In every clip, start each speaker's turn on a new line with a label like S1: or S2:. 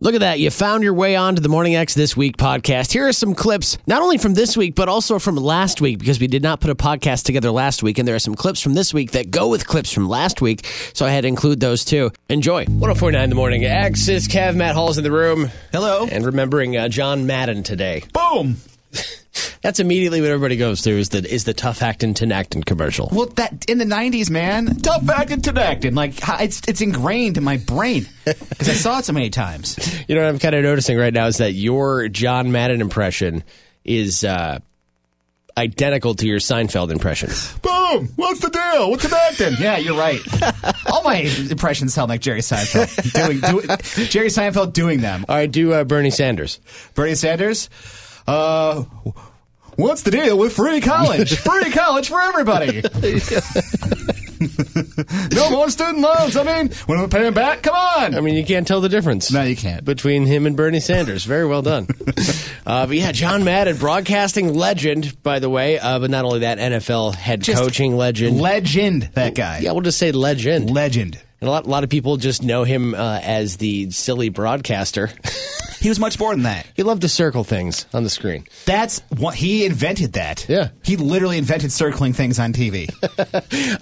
S1: Look at that. You found your way onto the Morning X This Week podcast. Here are some clips, not only from this week, but also from last week, because we did not put a podcast together last week. And there are some clips from this week that go with clips from last week. So I had to include those too. Enjoy. 1049 The Morning X is Kev. Matt Hall's in the room.
S2: Hello.
S1: And remembering uh, John Madden today.
S2: Boom.
S1: That's immediately what everybody goes to is the, is the tough actin' tenactin commercial.
S2: Well, that in the '90s, man, tough acting, to acting. Like ha- it's it's ingrained in my brain because I saw it so many times.
S1: You know what I'm kind of noticing right now is that your John Madden impression is uh, identical to your Seinfeld impression.
S2: Boom. What's the deal? What's the acting? Yeah, you're right. All my impressions sound like Jerry Seinfeld doing, do, Jerry Seinfeld doing them.
S1: All right, do uh, Bernie Sanders.
S2: Bernie Sanders. Uh, what's the deal with free college? free college for everybody. no more student loans. I mean, when we pay them back, come on.
S1: I mean, you can't tell the difference.
S2: No, you can't.
S1: Between him and Bernie Sanders. Very well done. uh, but yeah, John Madden, broadcasting legend, by the way, uh, but not only that, NFL head
S2: Just
S1: coaching legend.
S2: Legend, that guy.
S1: yeah, we'll just say legend.
S2: Legend.
S1: and a lot, a lot of people just know him uh, as the silly broadcaster.
S2: He was much more than that.
S1: he loved to circle things on the screen.
S2: That's what he invented that.
S1: Yeah.
S2: He literally invented circling things on TV.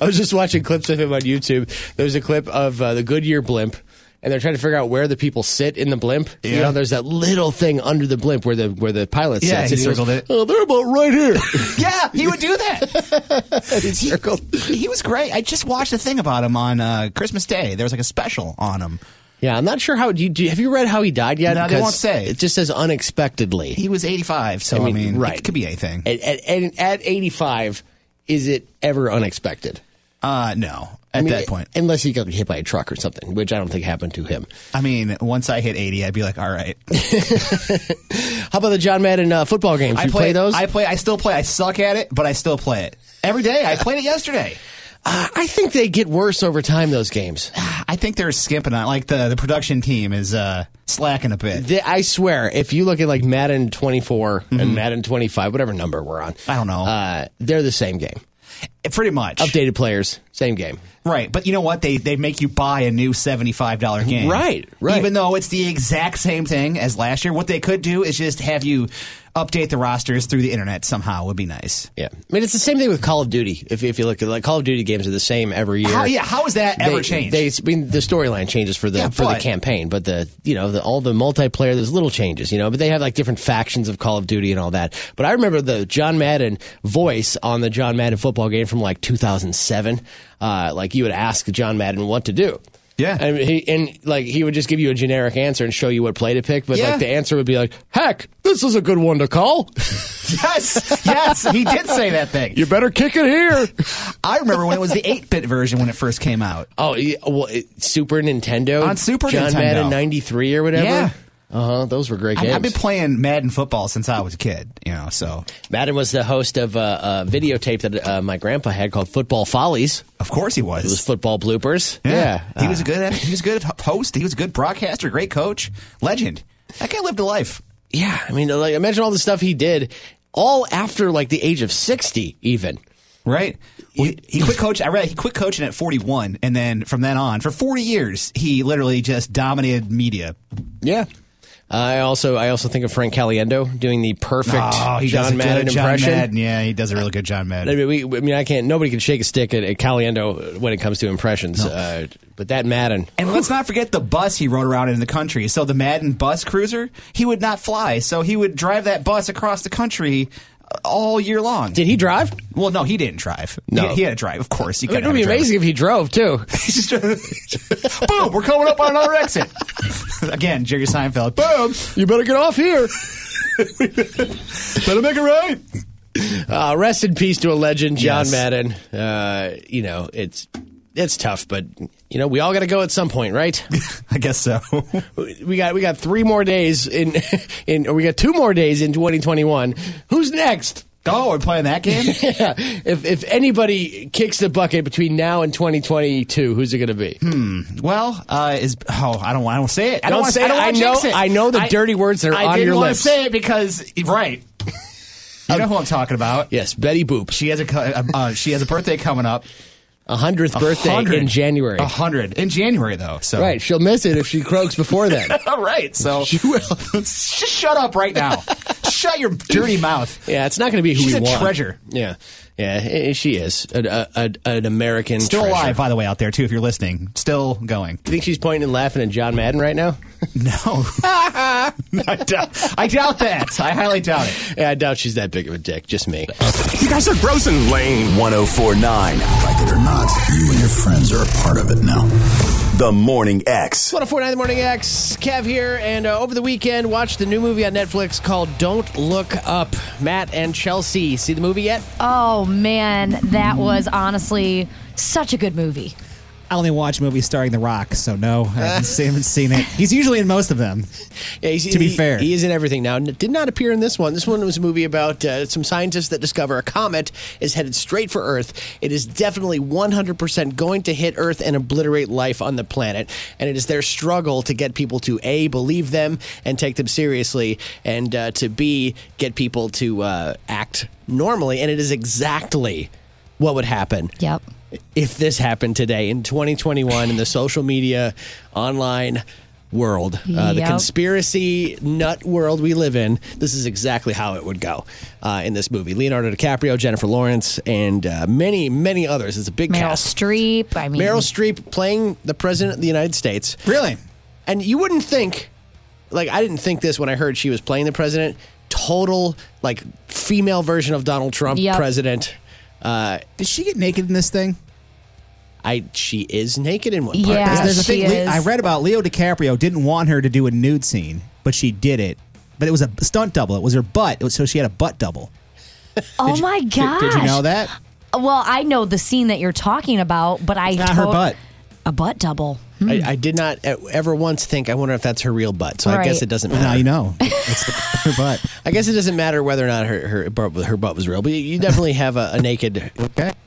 S1: I was just watching clips of him on YouTube. There's a clip of uh, the Goodyear blimp, and they're trying to figure out where the people sit in the blimp. You
S2: Yeah.
S1: know, there's that little thing under the blimp where the where the pilot
S2: Yeah,
S1: sits.
S2: he
S1: and goes,
S2: circled it.
S1: Oh, they're about right here.
S2: yeah, he would do that.
S1: he circled.
S2: he was great. I just watched a thing about him on uh, Christmas Day. There was like a special on him.
S1: Yeah, I'm not sure how. Do you, do you- have you read how he died yet?
S2: No, they
S1: Because
S2: won't say.
S1: It just says unexpectedly.
S2: He was 85, so I
S1: I
S2: mean,
S1: mean, right.
S2: it could be anything.
S1: at, at, at, at 85, is it ever unexpected?
S2: Uh, no, at
S1: I mean,
S2: that point.
S1: unless he got hit by a truck or something, which I don't think happened to him.
S2: I mean, once I hit 80, I'd be like, all right.
S1: How about the John Madden uh, football games?
S2: I
S1: you play, those?
S2: I play. I still play. I suck at it, but I still play it. Every day. I played it yesterday.
S1: Uh, I think they get worse over time. Those games.
S2: I think they're skimping on Like, the, the production team is uh, slacking a bit.
S1: The, I swear, if you look at like Madden 24 and Madden 25, whatever number we're on,
S2: Mm-hmm. I don't know.
S1: Uh, they're the same game.
S2: Pretty much.
S1: Updated players, same game.
S2: Right, but you know what? They they make you buy a new seventy five dollar game.
S1: Right, right.
S2: Even though it's the exact same thing as last year, what they could do is just have you update the rosters through the internet somehow. Would be nice.
S1: Yeah, I mean it's the same thing with Call of Duty. If if you look at like Call of Duty games are the same every year.
S2: How, yeah, how has that
S1: They-
S2: ever changed?
S1: They, I mean, the storyline changes for the
S2: Yeah,
S1: for the
S2: but-
S1: campaign, but the you know the, all the multiplayer, there's little changes, you know. But they have like different factions of Call of Duty and all that. But I remember the John Madden voice on the John Madden football game from like 2007. Uh, like you would ask John Madden what to do.
S2: Yeah.
S1: and he and like he would just give you a generic answer and show you what play to pick, but
S2: Yeah.
S1: like the answer would be like, "Heck, this is a good one to call.
S2: yes, yes, he did say that thing.
S1: you better kick it here."
S2: I remember when it was the eight bit version when it first came out.
S1: Oh, yeah, well, it, Super Nintendo
S2: On Super
S1: John
S2: Nintendo.
S1: Madden '93 or whatever.
S2: Yeah.
S1: Uh huh. Those were great
S2: I,
S1: games.
S2: I've been playing Madden football since I was a kid. You know, so
S1: Madden was the host of uh, a videotape that uh, my grandpa had called Football Follies.
S2: of course he
S1: It was
S2: was.
S1: football bloopers. Uh-huh.
S2: he was a good he was a good host. He was a good broadcaster, great coach, legend. That guy lived a life.
S1: yeah. I mean, like, imagine all the stuff he did, all after like the age of sixty, even.
S2: Right. Well, he, he quit coaching. I read he quit coaching at 41, and then from then on, for 40 years, he literally just dominated media.
S1: Yeah. I also I also think of Frank Caliendo doing the perfect
S2: Oh,
S1: John Madden
S2: John
S1: impression.
S2: Madden. Yeah, he does a really good John
S1: I
S2: Madden.
S1: mean, we, I mean, I can't. Nobody can shake a stick at, at Caliendo when it comes to impressions. Uh, but that Madden,
S2: And let's not forget the bus he rode around in the country. So the Madden bus cruiser, he would not fly, so he would drive that bus across the country uh, all year long.
S1: did he drive?
S2: well, no, he didn't drive.
S1: No.
S2: he, he had to drive. Of course, he
S1: It
S2: couldn't
S1: would be
S2: have a driver.
S1: amazing if he drove too.
S2: He's just- Boom! We're coming up on another exit. Again, Jerry Seinfeld. Boom!
S1: You better get off here.
S2: Better make it right.
S1: Uh, rest in peace to a legend, John
S2: Yes.
S1: Madden. Uh, you know, it's it's tough, but you know, we all got to go at some point, right?
S2: I guess so.
S1: we got we got three more days in in or we got two more days in 2021. Who's next?
S2: Oh, we're playing that game?
S1: Yeah, if if anybody kicks the bucket between now and 2022, who's it going to be?
S2: well, uh, is oh, I don't want. I don't say it. I
S1: Don't
S2: don't, want
S1: say
S2: to I, don't
S1: it.
S2: wanna
S1: I know-
S2: jinx it.
S1: I know the dirty words that are
S2: I
S1: on
S2: didn't
S1: your
S2: wanna
S1: lips.
S2: Say it because right. You know who I'm talking about.
S1: Yes, Betty Boop.
S2: She has a co- uh, uh, she has a birthday coming up.
S1: a hundredth birthday
S2: 100.
S1: in January.
S2: A hundred in January though. So
S1: Right, she'll miss it if she croaks before then.
S2: All right. So
S1: She will.
S2: just shut up right now. shut your dirty mouth.
S1: Yeah, it's not going to be who
S2: She's
S1: we
S2: a
S1: want.
S2: treasure.
S1: Yeah, yeah, i- i- she is an, a, a, an American.
S2: Still
S1: treasure.
S2: alive, by the way, out there too. If you're listening, still going.
S1: You think she's pointing and laughing at John Madden right now?
S2: No, I, doubt, I doubt that. I highly doubt it.
S1: yeah, I doubt she's that big of a dick. Just me.
S3: You guys are gross and lame.
S4: 1049. Like it or not, you and your friends are a part of it now.
S3: The Morning X.
S1: 1049 The Morning X, Kev here, and uh, over the weekend, watched the new movie on Netflix called Don't Look Up. Matt and Chelsea, see the movie yet?
S5: Oh man, that was honestly such a good movie.
S6: I only watch movies starring The Rock, so no, I haven't seen, haven't seen it. He's usually in most of them.
S1: Yeah, he's,
S6: To be
S1: he-
S6: fair.
S1: he is in everything now. N- Did not appear in this one. This one was a movie about uh, some scientists that discover a comet is headed straight for Earth. It is definitely 100% going to hit Earth and obliterate life on the planet. And it is their struggle to get people to A, believe them and take them seriously, and uh, to B, get people to uh, act normally. And it is exactly what would happen
S5: Yep.
S1: if this happened today in 2021 in the social media online world uh, the
S5: Yep.
S1: conspiracy nut world we live in this is exactly how it would go uh, in this movie leonardo dicaprio jennifer lawrence and uh, many many others it's a big
S5: Meryl
S1: cast
S5: Streep. I mean,
S1: meryl streep playing the president of the united states
S6: Really?
S1: and you wouldn't think like i didn't think this when i heard she was playing the president total like female version of donald trump
S5: Yep.
S1: president uh,
S6: Did she get naked in this thing?
S1: I she is naked in one part.
S5: Yeah.
S6: 'Cause there's a
S5: she
S6: thing Le-
S5: is.
S6: I read about Leo DiCaprio didn't want her to do a nude scene, but she did it. But it was a stunt double. It was her butt, It was- so she had a butt double.
S5: oh my
S6: Did-
S5: gosh.
S6: Did, you know that?
S5: Well, I know the scene that you're talking about, but I
S6: Not her
S5: tot-
S6: butt.
S5: A butt double.
S6: Hmm.
S1: I, I did not e- ever once think. I wonder if that's her real butt. So I guess
S5: Right.
S1: it doesn't
S6: Well, now
S1: matter.
S6: you know. It's the, her butt.
S1: I guess it doesn't matter whether or not her her butt, her butt was real, but you definitely have a, a naked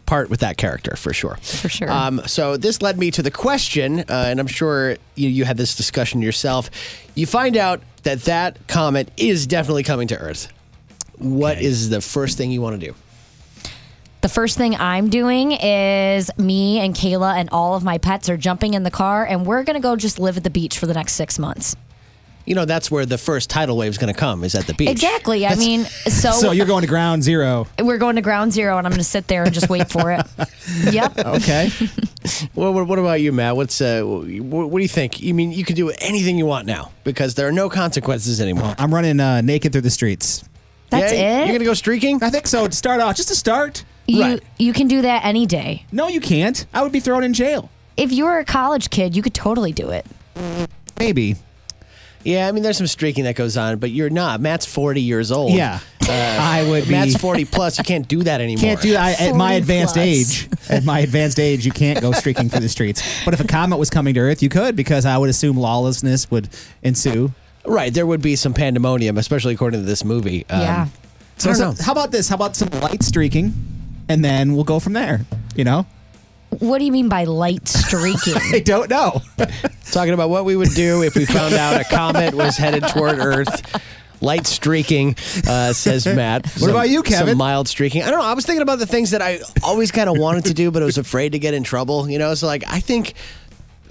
S1: part with that character for sure. For
S5: sure.
S1: Um, so this led me to the question, uh, and I'm sure you you had this discussion yourself. You find out that that comet is definitely coming to Earth. What is the first thing you want to do?
S5: The first thing I'm doing is me and Kayla and all of my pets are jumping in the car and we're going to go just live at the beach for the next six months.
S1: You know that's where the first tidal wave is going to come is at the beach.
S5: Exactly. I mean, so,
S6: So you're going to ground zero.
S5: we're going to ground zero and I'm going to sit there and just wait for it. yep.
S6: Okay.
S1: Well, what, what about you, Matt? What's uh, what, what do you think? You mean you can do anything you want now because there are no consequences anymore.
S6: I'm running uh, naked through the streets.
S5: That's
S1: Yeah,
S5: it.
S1: You're gonna go streaking?
S6: I think so. To start off, just to start.
S5: you,
S1: right.
S5: you can do that any day.
S6: No, you can't. I would be thrown in jail.
S5: If you were a college kid, you could totally do it.
S6: Maybe.
S1: Yeah, I mean there's some streaking that goes on, but you're not. Matt's 40 years old. Uh,
S6: Yeah. I would be.
S1: Matt's 40 plus. You can't do that anymore.
S6: Can't do that I, at my
S5: 40
S6: advanced
S5: plus.
S6: age. At my advanced age, you can't go streaking through the streets. But if a comet was coming to Earth, you could because I would assume lawlessness would ensue.
S1: Right. There would be some pandemonium, especially according to this movie. Um,
S5: yeah.
S1: I don't know.
S6: how about this? How about some light streaking, and then we'll go from there. You know,
S5: What do you mean by light streaking?
S6: I don't know.
S1: Talking about what we would do if we found out a comet was headed toward Earth. Light streaking, uh, says Matt. What
S6: about you, Kevin?
S1: Some mild streaking. I don't know. I was thinking about the things that I always kind of wanted to do, but I was afraid to get in trouble. You know, so like I think,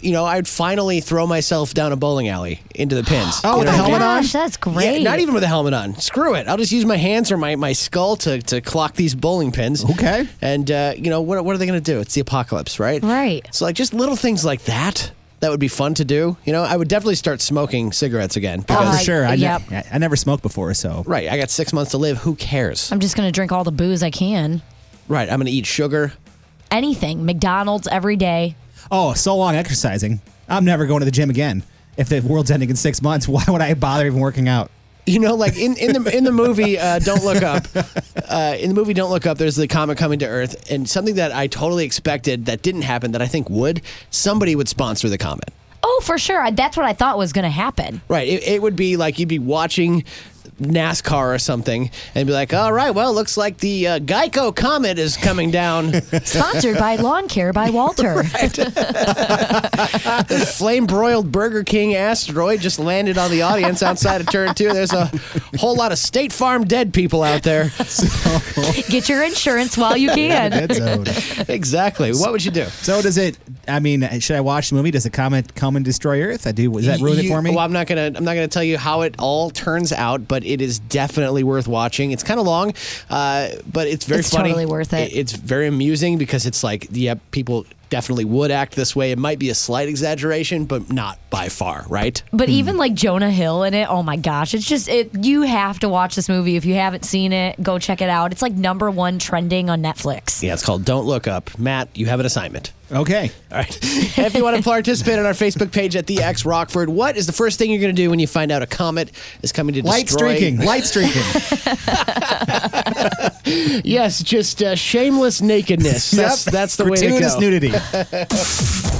S1: you know, I'd finally throw myself down a bowling alley into the pins.
S6: Oh,
S1: You
S6: with
S1: know
S6: a
S1: what I mean?
S6: helmet on?
S5: Gosh, that's
S1: Yeah,
S5: great.
S1: not even with a helmet on. Screw it. I'll just use my hands or my, my skull to, to clock these bowling pins.
S6: Okay.
S1: And, uh, you know, what, what are they going to do? It's the apocalypse, right?
S5: Right.
S1: So, like, just little things like that, that would be fun to do. You know, I would definitely start smoking cigarettes again.
S6: Oh,
S1: Because,
S6: for sure. I, ne-
S5: Yep.
S6: I- I never smoked before, so
S1: right. I got six months to live. Who cares?
S5: I'm just going to drink all the booze I can.
S1: right. I'm going to eat sugar.
S5: Anything, McDonald's every day.
S6: oh, so long exercising. I'm never going to the gym again. If the world's ending in six months, why would I bother even working out?
S1: You know, like in, in the in the movie, uh, don't look up. Uh, in the movie, don't look up. There's the comet coming to Earth, and something that I totally expected that didn't happen that I think would somebody would sponsor the comet.
S5: Oh, for sure. I- That's what I thought was going to happen.
S1: Right. It, it would be like you'd be watching NASCAR or something and be like, all right, well, looks like the uh, Geico Comet is coming down.
S5: Sponsored by Lawn Care by Walter.
S1: the flame broiled Burger King asteroid just landed on the audience outside of turn two. There's a whole lot of State Farm dead people out there.
S5: Get your insurance while you can.
S6: Dead zone.
S1: exactly. What would you do?
S6: So does it? I mean, should I watch the movie? Does the comet come and destroy Earth? I do. Does that ruin it
S1: You-
S6: for me?
S1: Well, I'm not gonna I'm not gonna tell you how it all turns out, but it is definitely worth watching. It's kind of long, uh, but it's very
S5: It's
S1: funny.
S5: totally worth it.
S1: It's very amusing because it's like, yeah, people definitely would act this way. It might be a slight exaggeration, but not by far, right?
S6: Hmm.
S5: But even like Jonah Hill in it, oh my gosh, it's just it. You have to watch this movie if you haven't seen it. Go check it out. It's like number one trending on Netflix.
S1: Yeah, it's called Don't Look Up. Matt, you have an assignment.
S6: okay.
S1: All right. And if you want to participate on our Facebook page at the X Rockford, what is the first thing you're going to do when you find out a comet is coming to
S6: Light
S1: destroy?
S6: streaking. Light streaking.
S1: Yes, just uh, shameless nakedness. That's
S6: Yep.
S1: that's the way to
S6: Gratuitous
S1: go.
S6: nudity.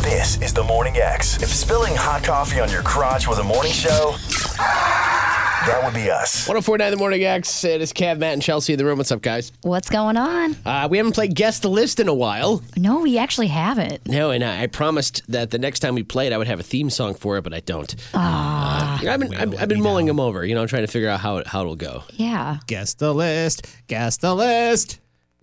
S3: This is the Morning X. If spilling hot coffee on your crotch was a morning show, that would be us.
S1: 1049 The Morning X. It is Cav, Matt, and Chelsea in the room. What's up, guys?
S5: What's going on?
S1: Uh, we haven't played Guess the List in a while.
S5: No, we actually haven't.
S1: No, and I, I promised that the next time we played, I would have a theme song for it, but I don't.
S6: Ah.
S1: Uh, you know, I've been, I've, I've been mulling them over, you know, trying to figure out how it, how it'll go.
S5: Yeah.
S6: Guess the list. Guess the list.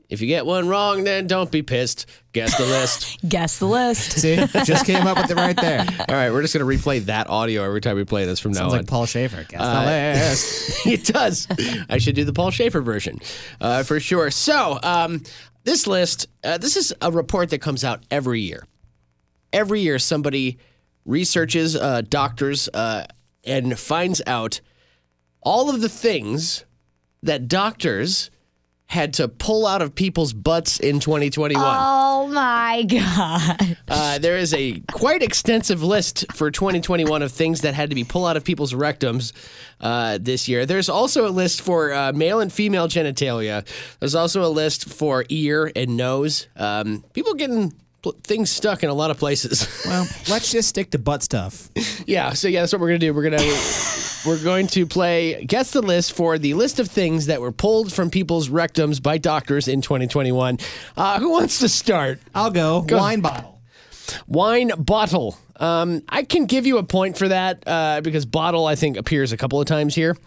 S1: If you get one wrong, then don't be pissed. Guess the List.
S5: Guess the list.
S6: See, just came up with it right there.
S1: All right, we're just going to replay that audio every time we play this from now
S6: Sounds
S1: on. Uh,
S6: like Paul Schaefer. Guess the list.
S1: it does. I should do the Paul Schaefer version uh, for sure. So, um, this list, uh, this is a report that comes out every year. Every year, somebody researches, uh, doctors, uh, and finds out all of the things that doctors had to pull out of people's butts in 2021.
S5: Oh my god.
S1: Uh, there is a quite extensive list for 2021 of things that had to be pulled out of people's rectums uh, this year. There's also a list for uh, male and female genitalia. There's also a list for ear and nose. Um, people getting pl- things stuck in a lot of places.
S6: Well, let's just stick to butt stuff.
S1: yeah, so yeah, that's what we're gonna do. We're gonna we're going to play guess the list for the list of things that were pulled from people's rectums by doctors in 2021. Uh, who wants to start?
S6: I'll go. Wine bottle.
S1: wine bottle. Um, I can give you a point for that uh, because bottle I think appears a couple of times here.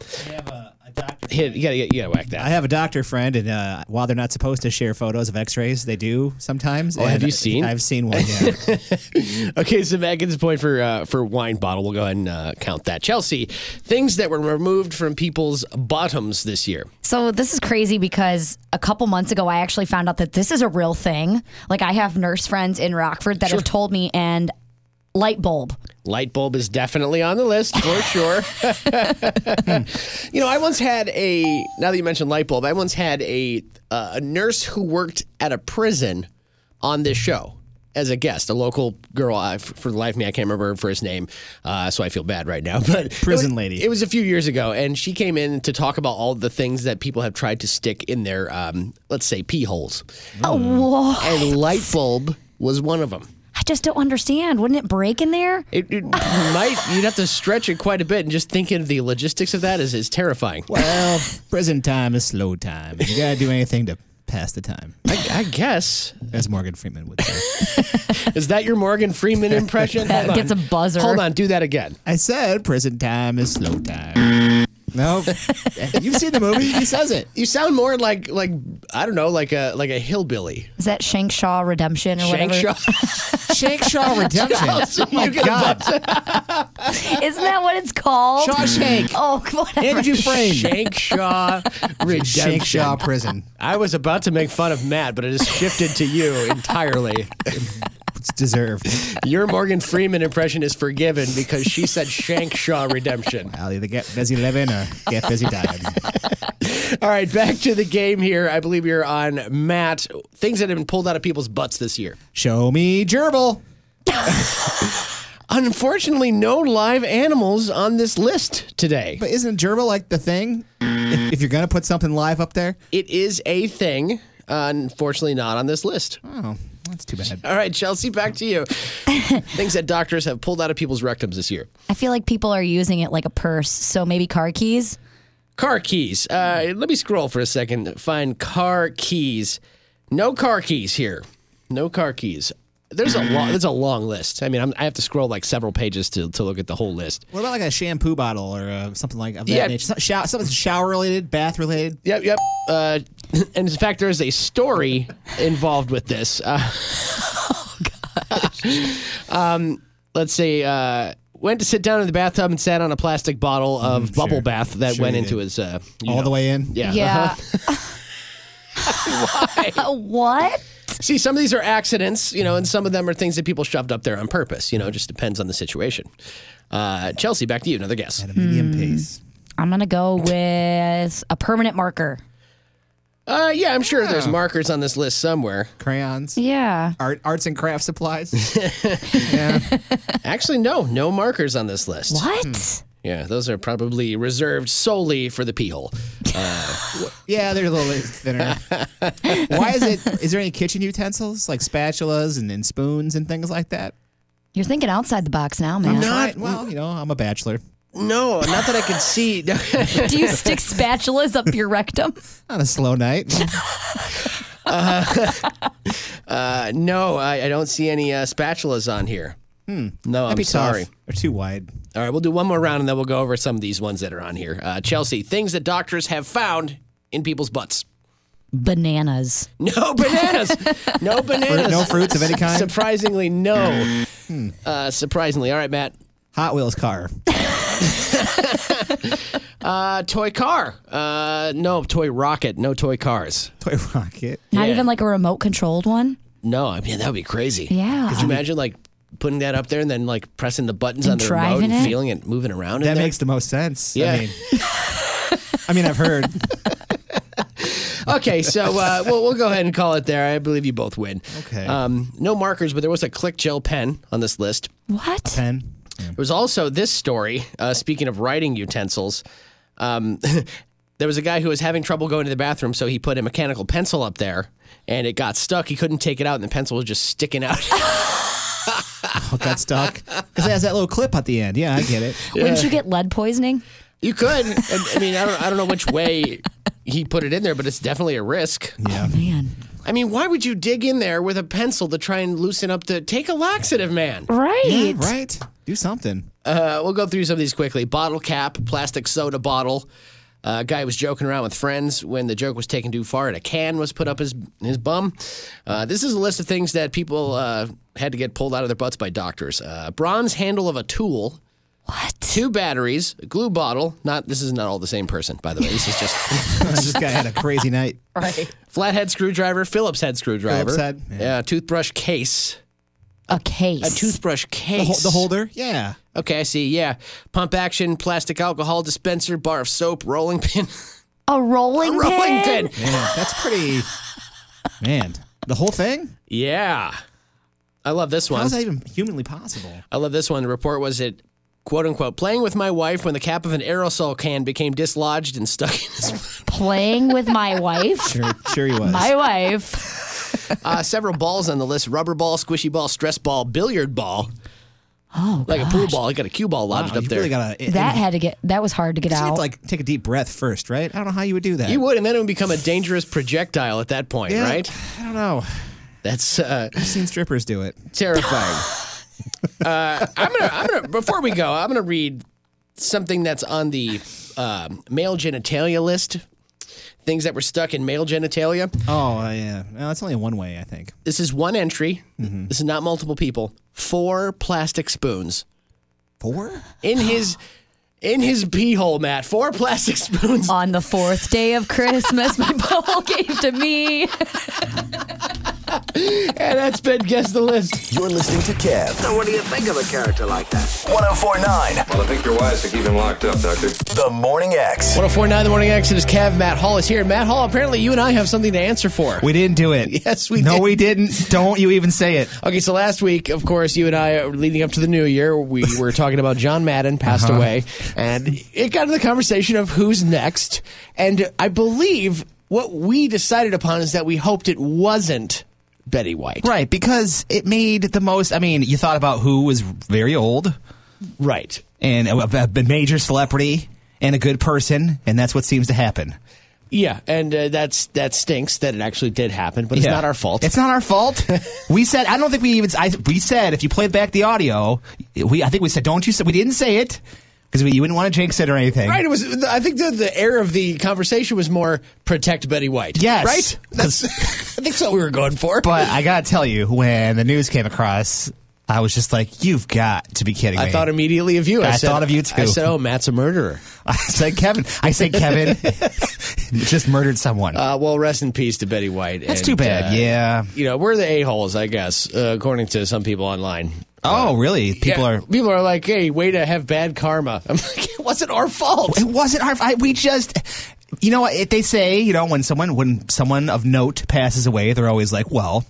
S1: Hit, you gotta get, you gotta whack
S6: I
S1: that.
S6: have a doctor friend, and uh, while they're not supposed to share photos of X-rays, they do sometimes. Oh,
S1: have you seen?
S6: I've seen one. Yeah.
S1: Okay, so Matt gets a point for uh, for wine bottle. We'll go ahead and uh, count that. Chelsea, things that were removed from people's bottoms this year.
S5: So this is crazy because a couple months ago I actually found out that this is a real thing. Like I have nurse friends in Rockford that have told me and light bulb.
S1: Light bulb is definitely on the list for sure. you know, I once had a. Now that you mentioned light bulb, I once had a uh, a nurse who worked at a prison on this show as a guest, a local girl. I, f- for the life of me, I can't remember her first name, uh, so I feel bad right now. But
S6: Prison
S1: it was-
S6: lady.
S1: It was a few years ago, and she came in to talk about all the things that people have tried to stick in their, um, let's say, pee holes,
S5: Oh, whoa.
S1: and light bulb was one of them.
S5: I just don't understand. Wouldn't it break in there?
S1: It, it might. You'd have to stretch it quite a bit, and just thinking of the logistics of that is is terrifying.
S6: Well, prison time is slow time. You gotta do anything to pass the time,
S1: I, I guess
S6: as Morgan Freeman would say.
S1: is that your Morgan Freeman impression? Hold
S5: That
S1: on.
S5: gets a buzzer.
S1: Hold on, do that again.
S6: I said prison time is slow time. No, you've seen the movie. He says it.
S1: You sound more like like I don't know, like a like a hillbilly.
S5: Is that Shank Shaw Redemption or
S1: Shank
S5: whatever?
S1: Shaw.
S6: Shake Shaw Redemption.
S1: Chelsea,
S6: oh my
S1: you get a
S6: God,
S5: Isn't that what it's called?
S6: Shawshank.
S5: Oh, whatever.
S6: Andrew Frame.
S1: Shank Shaw redemption.
S6: Shake Shaw Prison.
S1: I was about to make fun of Matt, but it has shifted to you entirely.
S6: It's deserved.
S1: Your Morgan Freeman impression is forgiven because she said Shank Shaw redemption.
S6: I'll either get busy living or get busy dying.
S1: All right, back to the game here. I believe you're on Matt. Things that have been pulled out of people's butts this year.
S6: Show me gerbil.
S1: Unfortunately, no live animals on this list today.
S6: But isn't gerbil like the thing? If, if you're gonna put something live up there,
S1: It is a thing. Unfortunately, not on this list.
S6: oh, That's too bad.
S1: All right, Chelsea, back to you. Things that doctors have pulled out of people's rectums this year.
S5: I feel like people are using it like a purse. So maybe car keys.
S1: Car keys. Uh, let me scroll for a second. Find car keys. No car keys here. No car keys. There's a long. There's a long list. I mean, I'm, I have to scroll like several pages to to look at the whole list.
S6: What about like a shampoo bottle or uh, something like of that
S1: Yeah.
S6: nature? So- shou- Something shower related, bath related.
S1: Yep, yep. Uh, and in fact, there is a story involved with this. Uh, oh, um, let's see. Uh, went to sit down in the bathtub and sat on a plastic bottle of
S6: Mm,
S1: bubble
S6: sure.
S1: bath that
S6: Sure
S1: went
S6: you
S1: into
S6: did.
S1: his. Uh, you
S6: All
S1: know.
S6: the way in?
S1: Yeah.
S5: Yeah. what?
S1: See, some of these are accidents, you know, and some of them are things that people shoved up there on purpose. You know, it just depends on the situation. Uh, Chelsea, back to you. Another guess.
S6: At a medium pace.
S5: Hmm. I'm gonna go with a permanent marker.
S1: Uh, yeah, I'm sure there's markers on this list somewhere.
S6: Crayons.
S5: Yeah.
S6: Art, arts and craft supplies.
S1: Actually, no, no markers on this list.
S5: What?
S6: Hmm.
S1: Yeah, those are probably reserved solely for the pee hole. Uh,
S6: yeah, they're a little bit thinner. Why is it? Is there any kitchen utensils like spatulas and, and spoons and things like that?
S5: You're thinking outside the box now, man.
S6: Not well, you know, I'm a bachelor.
S1: No, not that I could see.
S5: Do you stick spatulas up your rectum?
S6: On a slow night.
S1: uh, no, I, I don't see any uh, spatulas on here. Hmm. No, I'm
S6: Be
S1: sorry.
S6: tough. Or too wide.
S1: All right, we'll do one more round and then we'll go over some of these ones that are on here. Uh, Chelsea, things that doctors have found in people's butts.
S5: Bananas.
S1: No bananas. No bananas.
S6: no fruits of any kind?
S1: Surprisingly, no. Uh, surprisingly. All right, Matt.
S6: Hmm. Hot Wheels car.
S1: Uh, toy car. Uh, no, toy rocket. No toy cars.
S6: Toy rocket.
S5: Not
S1: Yeah.
S5: even like a remote controlled one.
S1: No, I mean, that would be crazy.
S5: Yeah.
S1: Could you imagine, like, putting that up there and then, like, pressing the buttons
S5: And
S1: on the remote
S5: driving
S1: and
S5: it?
S1: feeling it moving around? in
S6: That
S1: there?
S6: makes the most sense.
S1: Yeah.
S6: I mean, I mean I've heard.
S1: Okay, so uh, we'll, we'll go ahead and call it there. I believe you both win.
S6: Okay.
S1: Um, no markers, but there was a click gel pen on this list.
S5: What?
S6: Pen.
S1: There was also this story. Uh, speaking of writing utensils, um, there was a guy who was having trouble going to the bathroom, so he put a mechanical pencil up there, and it got stuck. He couldn't take it out, and the pencil was just sticking out.
S6: Oh, it got stuck. Because it has that little clip at the end. Yeah, I get it.
S5: Wouldn't you get lead poisoning?
S1: you could. I, I mean, I don't, I don't know which way he put it in there, but it's definitely a risk.
S6: Yeah.
S5: Oh, Man.
S1: I mean, why would you dig in there with a pencil to try and loosen up the? Take a laxative, man.
S5: Right.
S6: Yeah, right? Do something.
S1: Uh, we'll go through some of these quickly. Bottle cap, plastic soda bottle. Uh, guy was joking around with friends when the joke was taken too far, and a can was put up his his bum. Uh, this is a list of things that people uh, had to get pulled out of their butts by doctors. Uh, bronze handle of a tool. What? Two batteries, a glue bottle. Not this is not all the same person, by the way. This is just
S6: this guy had a crazy night.
S1: flathead screwdriver, Phillips head screwdriver,
S6: Phillips head,
S1: yeah.
S6: yeah.
S1: toothbrush case,
S5: A case.
S1: a toothbrush
S6: The,
S1: case,
S6: hol- the holder? Yeah.
S1: Okay, I see. Yeah. Pump action, plastic alcohol dispenser, bar of soap, rolling pin.
S5: A rolling,
S1: rolling pin.
S6: Man, that's pretty. Man, the whole thing?
S1: Yeah. I love this
S6: How
S1: one.
S6: is that even humanly possible?
S1: I love this one. The report was it, quote unquote, playing with my wife when the cap of an aerosol can became dislodged and stuck in his.
S5: Playing with my wife.
S6: Sure, sure he was.
S5: My wife.
S1: Uh, several balls on the list rubber ball, squishy ball, stress ball, billiard ball.
S5: Oh,
S1: Like a pool ball. I got a cue ball
S6: Wow,
S1: lodged up
S6: you
S1: there.
S6: really gotta. it-
S5: that
S6: it-
S5: had to get. That was hard to get
S6: you have
S5: out.
S6: to, like take a deep breath first, right? I don't know how you would do that.
S1: you would, and then it would become a dangerous projectile at that point,
S6: Yeah,
S1: right?
S6: I don't know.
S1: That's uh,
S6: I've seen strippers do it.
S1: terrifying. uh, I'm gonna, I'm gonna. Before we go, I'm gonna read something that's on the um male genitalia list. Things that were stuck in male genitalia.
S6: Oh uh, yeah, well, that's only one way, I think. Mm-hmm.
S1: This is one entry. This is not multiple people. Four plastic spoons
S6: Four?
S1: in his in his pee hole, Matt. Four plastic spoons.
S5: On the fourth day of Christmas, my bubble gave to me.
S1: And that's been guess the list.
S3: You're listening to Kev.
S7: What do you think of a character like that?
S3: 1049,
S8: Well, I think you're wise to keep him locked up, Doctor.
S3: The Morning X.
S1: 1049 The Morning Exit is Cav. Matt Hall is here. Matt Hall, apparently you and I have something to answer for.
S6: We didn't do it.
S1: Yes, we
S6: No,
S1: did.
S6: we didn't. Don't you even say it.
S1: Okay, so last week, of course, you and I, leading up to the new year, we were talking about John Madden passed
S6: Uh-huh.
S1: away, and it got into the conversation of who's next. And I believe what we decided upon is that we hoped it wasn't Betty White.
S2: Right, because it made the most. I mean, you thought about who was very old
S1: Right.
S2: and a, a major celebrity and a good person, and that's what seems to happen.
S1: Yeah, and uh, that's that stinks that it actually did happen, but it's
S2: Yeah.
S1: not our fault.
S2: It's not our fault. we said. I don't think we even. I, we said if you played back the audio, we. I think we said don't you. Say, we didn't say it because you wouldn't want to jinx it or anything.
S1: Right, it was. I think the, the air of the conversation was more protect Betty White.
S2: Yes.
S1: right. That's, I think that's what we were going for.
S2: But I gotta tell you, when the news came across, I was just like, "You've got to be kidding me!"
S1: I thought immediately of you.
S2: I thought of you, too.
S1: I said, "Oh, Matt's a murderer."
S2: I said, "Kevin." I said, "Kevin just murdered someone."
S1: Uh, well, rest in peace to Betty White. uh,
S2: That's too bad, yeah.
S1: you know we're the a holes, I guess, uh, according to some people online. Uh,
S2: oh, really? People
S1: Yeah,
S2: are.
S1: people are like, "Hey, way to have bad karma." I'm like, "It wasn't our fault."
S2: It wasn't our. I, we just. You know what it- they say? You know when someone when someone of note passes away, they're always like, "Well,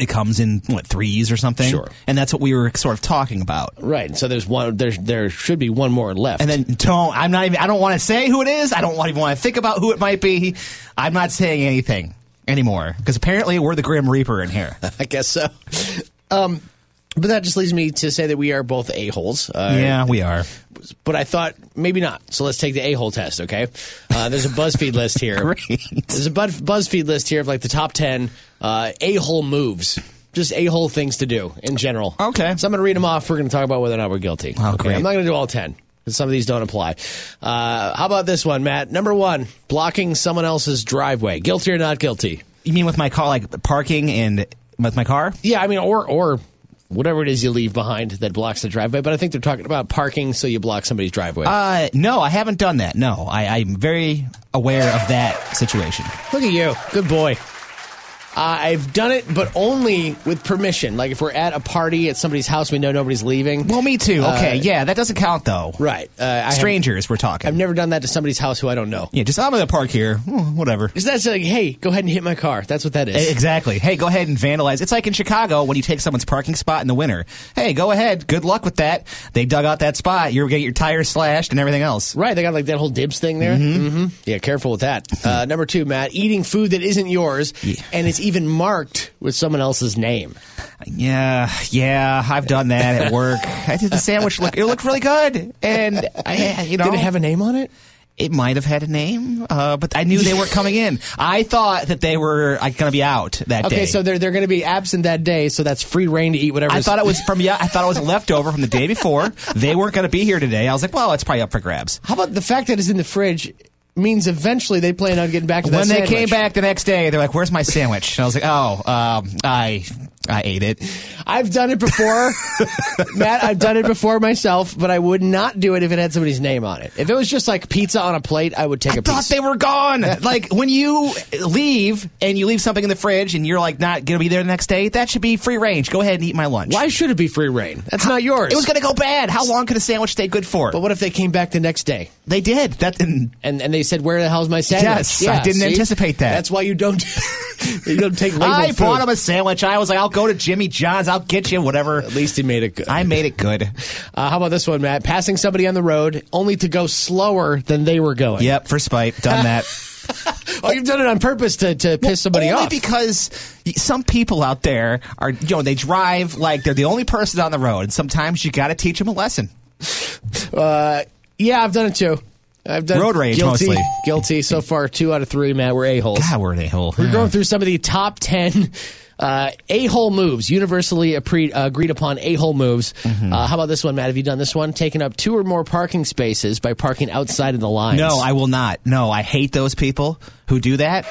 S2: it comes in what threes or something."
S1: Sure.
S2: And that's what we were sort of talking about.
S1: Right. So there's one. There's there should be one more left.
S2: And then don't. I'm not even. I don't want to say who it is. I don't want even want to think about who it might be. I'm not saying anything anymore because apparently we're the Grim Reaper in here.
S1: I guess so. Um, but that just leads me to say that we are both a holes. Uh,
S2: yeah, we are.
S1: But I thought maybe not. So let's take the a hole test, okay? Uh, there's a BuzzFeed list here.
S2: Great.
S1: There's a Buzz- BuzzFeed list here of like the top 10 uh, a hole moves. Just a hole things to do in general.
S2: Okay.
S1: So I'm going to read them off. We're going to talk about whether or not we're guilty.
S2: Oh, great.
S1: I'm not going to do all 10 because some of these don't apply. Uh, how about this one, Matt? Number one, blocking someone else's driveway. Guilty or not guilty?
S2: You mean with my car, like parking and with my car?
S1: Yeah, I mean, or or whatever it is you leave behind that blocks the driveway. But I think they're talking about parking, so you block somebody's driveway.
S2: Uh, no, I haven't done that. No, I, I'm very aware of that situation.
S1: Look at you, good boy. Uh, I've done it, but only with permission. Like if we're at a party at somebody's house, we know nobody's leaving. Uh,
S2: Well, me too. Okay, yeah, that doesn't count though.
S1: right. Uh, I have-
S2: Strangers, we're talking.
S1: I've never done that to somebody's house who I don't know.
S2: yeah, just I'm gonna park here. Hmm, Whatever. E,
S1: Because that's like, hey, go ahead and hit my car. That's what that is.
S2: Exactly. Hey, go ahead and vandalize. It's like in Chicago when you take someone's parking spot in the winter. Hey, go ahead. Good luck with that. They dug out that spot. You're getting your tires slashed and everything else.
S1: Right, they got like that whole dibs thing there. Mm-hmm. Yeah, careful with that. Uh, number two, Matt, eating food that isn't yours, and it's even marked with someone else's name.
S2: Yeah, yeah, I've done that at work. I did the sandwich look. It looked really good, and I, you know,
S1: Did it have a name on it?
S2: It might have had a name, uh, but I knew they weren't coming in. I thought that they were like, going to be out that
S1: Okay,
S2: day.
S1: so they're they're going to be absent that day, so that's free reign to eat whatever.
S2: I thought it was from yeah. I thought it was a leftover from the day before. They weren't going to be here today. I was like, well, it's probably up for grabs.
S1: How about the fact that it's in the fridge means eventually they plan on getting back to that
S2: when they
S1: sandwich.
S2: came back the next day, they're like, "Where's my sandwich?" And I was like, "Oh, um, I I ate it."
S1: I've done it before, Matt. I've done it before myself, but I would not do it if it had somebody's name on it. If it was just like pizza on a plate, I would take a
S2: I thought
S1: piece.
S2: they were gone. Like when you leave and you leave something in the fridge and you're like not going to be there the next day, that should be free range. Go ahead and eat my lunch.
S1: Why should it be free reign? That's not yours.
S2: It was going to go bad. How long could a sandwich stay good for?
S1: but what if they came back the next day?
S2: they did. That and
S1: And, and they said, "Where the hell's my sandwich?"
S2: Yes, I didn't anticipate that.
S1: That's why you don't you don't take label
S2: I
S1: food.
S2: bought him a sandwich. I was like, I'll go to Jimmy John's. I'll get you whatever.
S1: At least he made it good.
S2: I made it good.
S1: Uh, how about this one, Matt? Passing somebody on the road only to go slower than they were going.
S2: Yep, for spite, done that.
S1: Oh, you've done it on purpose to, to piss somebody
S2: only
S1: off.
S2: because y- some people out there are, you know, they drive like they're the only person on the road. And sometimes you got to teach them a lesson.
S1: uh, yeah, I've done it too. I've done
S2: Road rage
S1: guilty,
S2: mostly.
S1: Guilty so far. Two out of three, Matt. We're a holes.
S2: God, we're an a-hole.
S1: We're going through some of the top ten uh, a hole moves, universally appre- uh, agreed upon a hole moves.
S2: Mm-hmm.
S1: Uh, how about this one, Matt? Have you done this one? Taking up two or more parking spaces by parking outside of the lines.
S2: No, I will not. No, I hate those people who do that.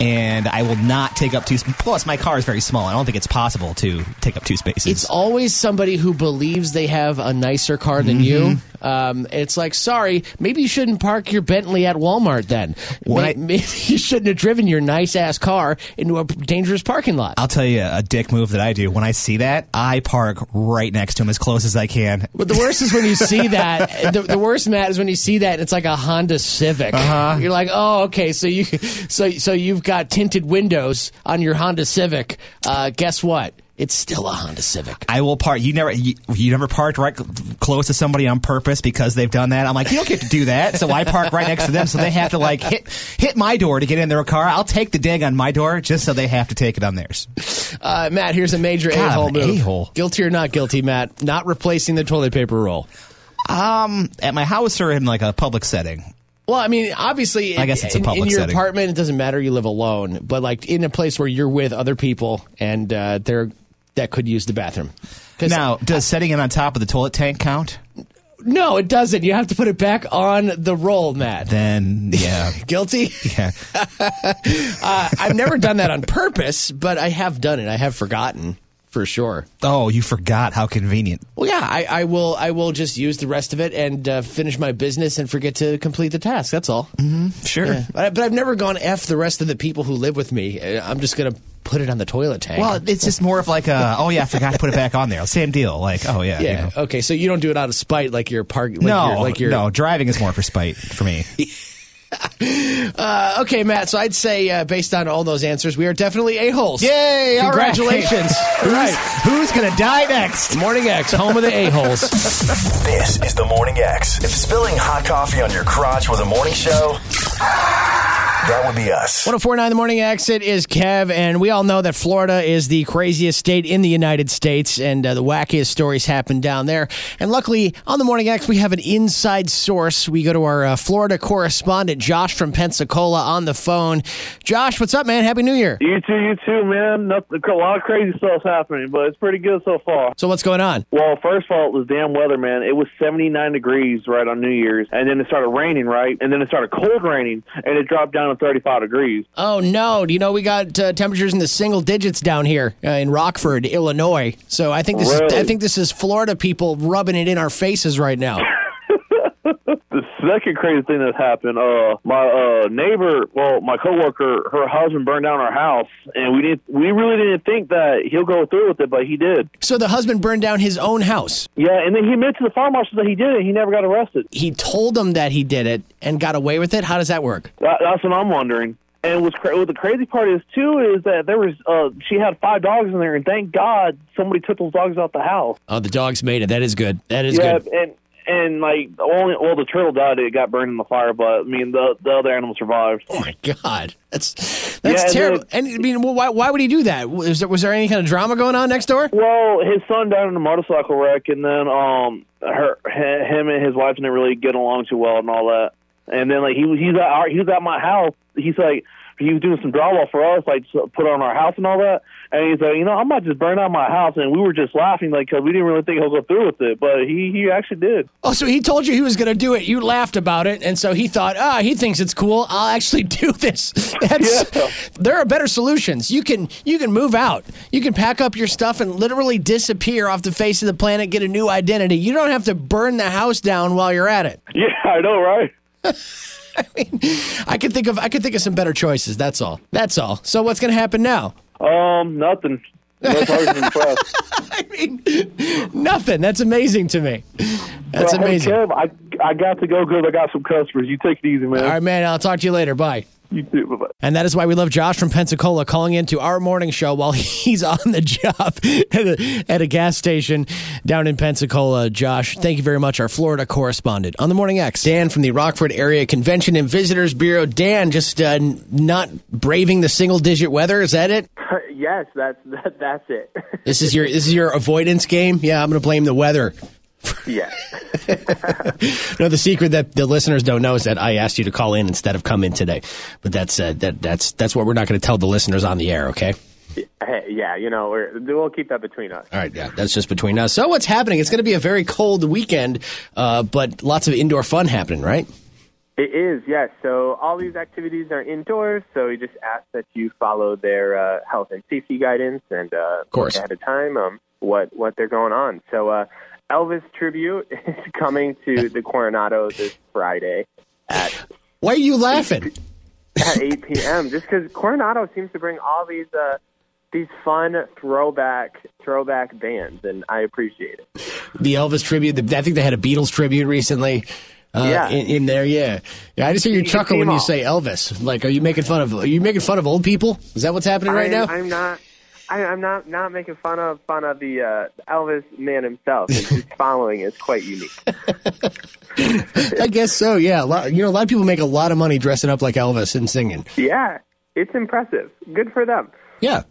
S2: And I will not take up two. sp- Plus, my car is very small. I don't think it's possible to take up two spaces.
S1: It's always somebody who believes they have a nicer car than
S2: Mm-hmm.
S1: you. Um, it's like, sorry, maybe you shouldn't park your Bentley at Walmart then.
S2: When
S1: May-
S2: I-
S1: maybe you shouldn't have driven your nice ass car into a dangerous parking lot.
S2: I'll tell you a dick move that I do. When I see that, I park right next to him as close as I can.
S1: but the worst is when you see that. The, the worst, Matt, is when you see that and it's like a Honda Civic. Uh-huh. You're like, oh, okay, so you, so so you've got tinted windows on your Honda Civic. Uh, guess what? It's still a Honda Civic.
S2: I will park. You never, you, you never parked right c- close to somebody on purpose because they've done that. I'm like, you don't get to do that. So I park right next to them, so they have to like hit hit my door to get in their car. I'll take the dig on my door just so they have to take it on theirs.
S1: Uh, Matt, here's a major
S2: God,
S1: a-hole
S2: I'm an
S1: move.
S2: a-hole.
S1: Guilty or not guilty, Matt? Not replacing the toilet paper roll.
S2: Um, At my house or in like a public setting.
S1: Well, I mean, obviously,
S2: I guess it's a
S1: in,
S2: public
S1: in your
S2: setting.
S1: apartment, it doesn't matter. You live alone, but like in a place where you're with other people and uh, they're that could use the bathroom. 'Cause-
S2: Now, does setting it on top of the toilet tank count?
S1: no, it doesn't. You have to put it back on the roll, Matt.
S2: Then yeah,
S1: guilty?
S2: yeah.
S1: Uh, I've never done that on purpose, but I have done it. I have forgotten for sure.
S2: Oh, you forgot how convenient.
S1: Well, yeah, I, I will. I will just use the rest of it and uh, finish my business and forget to complete the task. That's all.
S2: Mm-hmm. Sure.
S1: But, I, but I've never gone f the rest of the people who live with me. Uh, I'm just gonna put it on the toilet tank.
S2: Well, it's just more of like a oh yeah, I forgot to put it back on there. Same deal. Like oh yeah. you
S1: yeah.
S2: know.
S1: Okay, so you don't do it out of spite, like you're park. Like
S2: no,
S1: you're, like you're,
S2: no. Driving is more for spite for me.
S1: Uh, okay, Matt. So I'd say uh, based on all those answers, we are definitely a holes.
S2: Yay! all right.
S1: Congratulations. all right.
S2: Who's gonna die next?
S1: Morning X, home of the a holes.
S3: This is the Morning X. If spilling hot coffee on your crotch was a morning show, that would be us.
S1: 1049 The Morning Exit is Kev, and we all know that Florida is the craziest state in the United States, and uh, the wackiest stories happen down there. And luckily, on The Morning X, we have an inside source. We go to our uh, Florida correspondent, Josh from Pensacola, on the phone. Josh, what's up, man? Happy New Year.
S9: You too, you too, man. Nothing, a lot of crazy stuff's happening, but it's pretty good so far.
S1: So, what's going on?
S9: Well, first of all, it was damn weather, man. It was 79 degrees right on New Year's, and then it started raining, right? And then it started cold raining, and it dropped down to 35 degrees.
S1: Oh, no. Do you know we got uh, temperatures in the single digits down here uh, in Rockford, Illinois? So, I think, this is,
S9: Really?
S1: I think this is Florida people rubbing it in our faces right now.
S9: The second crazy thing that happened, uh, my uh, neighbor, well, my coworker, her husband burned down our house, and we didn't, we really didn't think that he'll go through with it, but he did.
S1: So, the husband burned down his own house.
S9: Yeah, and then he admitted to the fire marshal that he did it. He never got arrested.
S1: he told them that he did it and got away with it. How does that work?
S9: That, that's what I'm wondering. And what's cra- what the crazy part is too is that there was uh, she had five dogs in there, and thank God somebody took those dogs out the house.
S1: Oh, the dogs made it. That is good. That is
S9: yeah,
S1: good.
S9: and and like only well the turtle died; it got burned in the fire, but I mean the the other animal survived.
S1: Oh my God, that's
S9: Yeah,
S1: that's
S9: and
S1: terrible. And I mean, well, why why would he do that? Was there, was there any kind of drama going on next door?
S9: Well, his son died in a motorcycle wreck, and then um her h- him and his wife didn't really get along too well and all that. And then like he was he's at our, he was at my house. He's like he was doing some drywall for us, like so- put on our house and all that. And he's like, you know, I might just burn out my house. And we were just laughing, like, 'cause we didn't really think he'll go through with it, but he he actually did.
S1: Oh, so he told you he was going to do it. You laughed about it, and so he thought, ah, he thinks it's cool. I'll actually do this. That's,
S9: Yeah.
S1: There are better solutions. You can you can move out. You can pack up your stuff and literally disappear off the face of the planet. Get a new identity. You don't have to burn the house down while you're at it.
S9: Yeah, I know, right?
S1: I could think of I could think of some better choices. That's all. That's all. So what's going to happen now?
S9: Um, nothing. No person impressed.
S1: I mean, nothing. That's amazing to me. That's
S9: But, hey,
S1: amazing.
S9: Kev, I I got to go because I got some customers. You take it easy, man.
S1: All right, man. I'll talk to you later. Bye.
S9: You too. Bye bye.
S1: And that is why we love Josh from Pensacola calling into our morning show while he's on the job at a, at a gas station down in Pensacola. Josh, thank you very much, our Florida correspondent on the Morning X. Dan from the Rockford Area Convention and Visitors Bureau. Dan, just uh, n- not braving the single digit weather. Is that it?
S10: Yes, that's that, that's it.
S1: This is your this is your avoidance game. Yeah, I'm going to blame the weather.
S10: yeah.
S1: No, the secret that the listeners don't know is that I asked you to call in instead of come in today. But that's uh, that that's that's what we're not going to tell the listeners on the air. Okay.
S10: Hey, yeah, you know, we're, we'll keep that between us.
S1: All right, yeah, that's just between us. So what's happening? It's going to be a very cold weekend, uh, but lots of indoor fun happening, right?
S10: It is, yes. So all these activities are indoors, so we just ask that you follow their uh, health and safety guidance and uh, of
S1: course.
S10: ahead of time um, what what they're going on. So uh, Elvis tribute is coming to the Coronado this Friday at
S1: Why are you laughing?
S10: at 8 p.m. Just because Coronado seems to bring all these uh, these fun throwback throwback bands, and I appreciate it.
S1: The Elvis tribute. The, I think they had a Beatles tribute recently. Uh,
S10: Yeah.
S1: in, in there, yeah. yeah. I just hear you,
S10: can
S1: chuckle
S10: see
S1: when
S10: 'em
S1: you
S10: all.
S1: say Elvis. Like, are you making fun of? Are you making fun of old people? Is that what's happening right
S10: I'm,
S1: now?
S10: I'm not. I, I'm not not making fun of fun of the uh, Elvis man himself. It's His following is quite unique.
S1: I guess so. Yeah, a lot, you know, a lot of people make a lot of money dressing up like Elvis and singing.
S10: Yeah, it's impressive. Good for them.
S1: Yeah.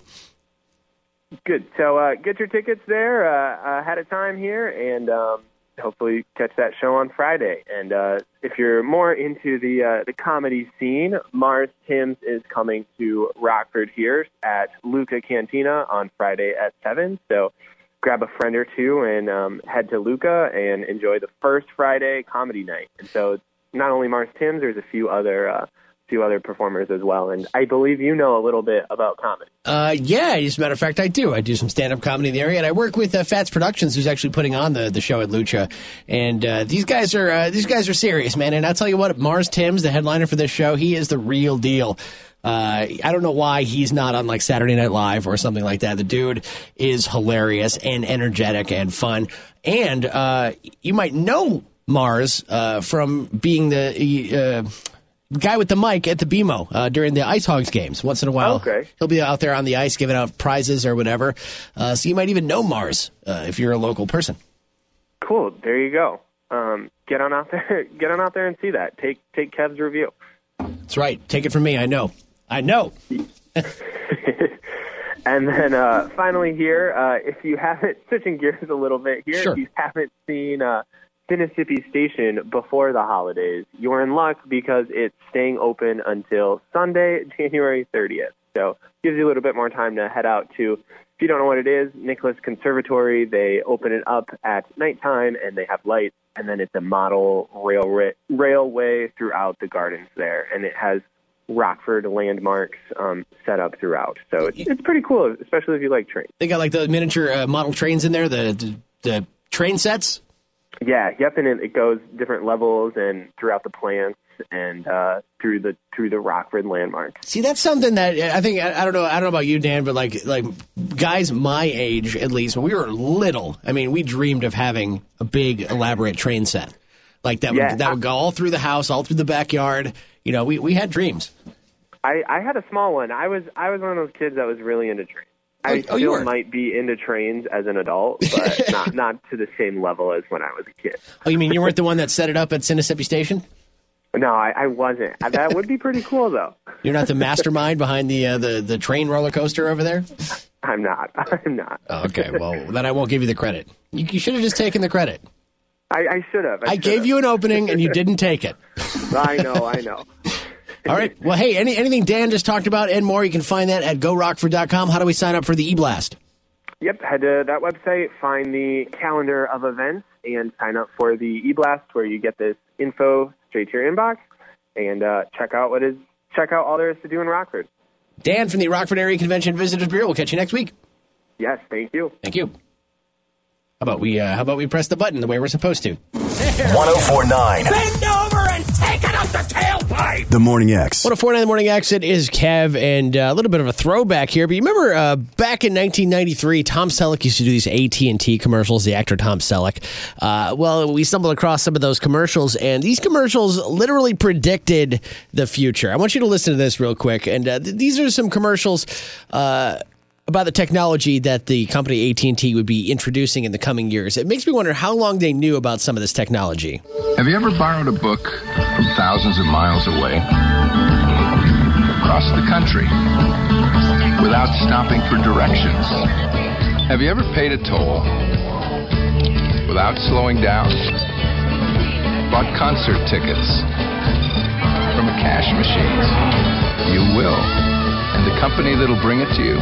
S10: Good. So uh, get your tickets there uh, ahead of time here, and um, hopefully catch that show on Friday. And uh, if you're more into the uh, the comedy scene, Mars Timms is coming to Rockford here at Luca Cantina on Friday at seven. So grab a friend or two and um, head to Luca and enjoy the first Friday comedy night. And so it's not only Mars Timms, there's a few other. Uh, few other performers as well and i believe you know a little bit about comedy
S1: Uh, yeah, as a matter of fact, I do. I do some stand up comedy in the area, and I work with uh, Fats Productions, who's actually putting on the, the show at Lucha. And uh, these guys are uh, these guys are serious, man. And I'll tell you what, Mars Timms, the headliner for this show, he is the real deal. Uh, I don't know why he's not on like Saturday Night Live or something like that. The dude is hilarious and energetic and fun. And uh, you might know Mars uh, from being the. Uh, guy with the mic at the BMO uh, during the Ice Hogs games once in a while.
S10: Okay.
S1: He'll be out there on the ice giving out prizes or whatever. Uh, so you might even know Mars uh, if you're a local person.
S10: Cool. There you go. Um, get on out there. Get on out there and see that. Take take Kev's review.
S1: That's right. Take it from me. I know. I know.
S10: And then uh, finally here, uh, if you haven't switching gears a little bit here,
S1: Sure.
S10: if you haven't seen uh, Mississippi Station before the holidays, you're in luck because it's staying open until Sunday, January 30th. So gives you a little bit more time to head out to. If you don't know what it is, Nicholas Conservatory. They open it up at nighttime and they have lights, and then it's a model railway railway throughout the gardens there, and it has Rockford landmarks um, set up throughout. So it's, it's pretty cool, especially if you like trains.
S1: They got like the miniature uh, model trains in there, the, the, the train sets.
S10: Yeah, yep, and it, it goes different levels and throughout the plants and uh, through the through the Rockford landmarks.
S1: See, that's something that uh, I think I, I don't know. I don't know about you, Dan, but like like guys my age, at least when we were little, I mean, we dreamed of having a big elaborate train set like that.
S10: Yeah.
S1: Would, that would go all through the house, all through the backyard. You know, we, we had dreams.
S10: I, I had a small one. I was I was one of those kids that was really into trains.
S1: Oh,
S10: I
S1: oh, you
S10: still
S1: were.
S10: might be into trains as an adult, but not not to the same level as when I was a kid.
S1: Oh, you mean you weren't the one that set it up at Mississippi Station?
S10: No, I, I wasn't. That would be pretty cool though.
S1: You're not the mastermind behind the uh, the the train roller coaster over there.
S10: I'm not. I'm not.
S1: Oh, okay, well then I won't give you the credit. You, you should have just taken the credit.
S10: I, I should have.
S1: I
S10: should
S1: gave
S10: have.
S1: you an opening and you didn't take it.
S10: I know. I know.
S1: All right. Well, hey, any, anything Dan just talked about and more, you can find that at gorockford.com. How do we sign up for the e-blast?
S10: Yep, head to that website, find the calendar of events, and sign up for the e-blast where you get this info straight to your inbox, and uh, check out what is check out all there is to do in Rockford.
S1: Dan from the Rockford Area Convention Visitors Bureau. We'll catch you next week.
S10: Yes, thank you.
S1: Thank you. How about we uh, how about we press the button the way we're supposed to?
S3: 1049.
S7: Bend over and take it up the tailpipe!
S4: The Morning X.
S1: What a 49 in the morning exit is Kev, and uh, a little bit of a throwback here. But you remember uh, back in 1993, Tom Selleck used to do these AT and T commercials. The actor Tom Selleck. Uh, well, we stumbled across some of those commercials, and these commercials literally predicted the future. I want you to listen to this real quick, and uh, th- these are some commercials. Uh, about the technology that the company AT&T would be introducing in the coming years. It makes me wonder how long they knew about some of this technology.
S11: Have you ever borrowed a book from thousands of miles away? Across the country without stopping for directions? Have you ever paid a toll without slowing down? Bought concert tickets from a cash machine? You will. And the company that'll bring it to you,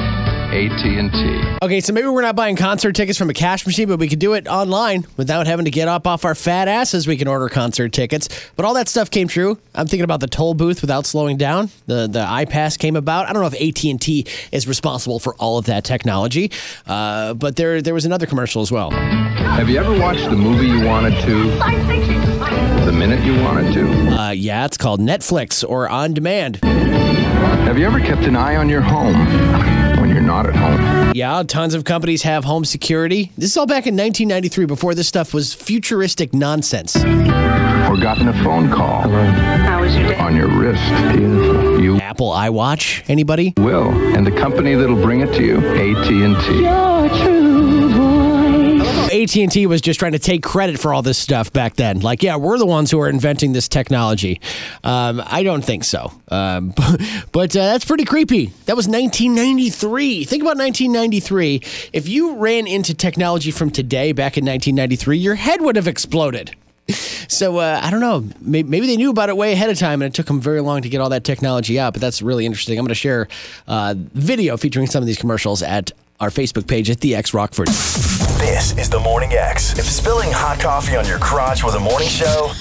S11: AT&T.
S1: Okay, so maybe we're not buying concert tickets from a cash machine, but we could do it online without having to get up off our fat asses. We can order concert tickets. But all that stuff came true. I'm thinking about the toll booth without slowing down. The the iPass came about. I don't know if AT&T is responsible for all of that technology, uh, but there there was another commercial as well.
S11: Have you ever watched the movie you wanted to
S7: I'm thinking.
S11: the minute you wanted to?
S1: Uh, yeah, it's called Netflix or on demand.
S11: Have you ever kept an eye on your home when you're not at home?
S1: Yeah, tons of companies have home security. This is all back in 1993 before this stuff was futuristic nonsense.
S11: or gotten a phone call on your wrist. Beautiful. You
S1: Apple iWatch. Anybody?
S11: Will and the company that'll bring it to you, AT&T.
S1: AT&T was just trying to take credit for all this stuff back then. Like, yeah, we're the ones who are inventing this technology. Um, I don't think so. Um, but uh, that's pretty creepy. That was 1993. Think about 1993. If you ran into technology from today back in 1993, your head would have exploded. So uh, I don't know. Maybe, maybe they knew about it way ahead of time, and it took them very long to get all that technology out. But that's really interesting. I'm going to share uh, video featuring some of these commercials at our Facebook page at the X Rockford.
S3: This is the Morning X. If spilling hot coffee on your crotch was a morning show,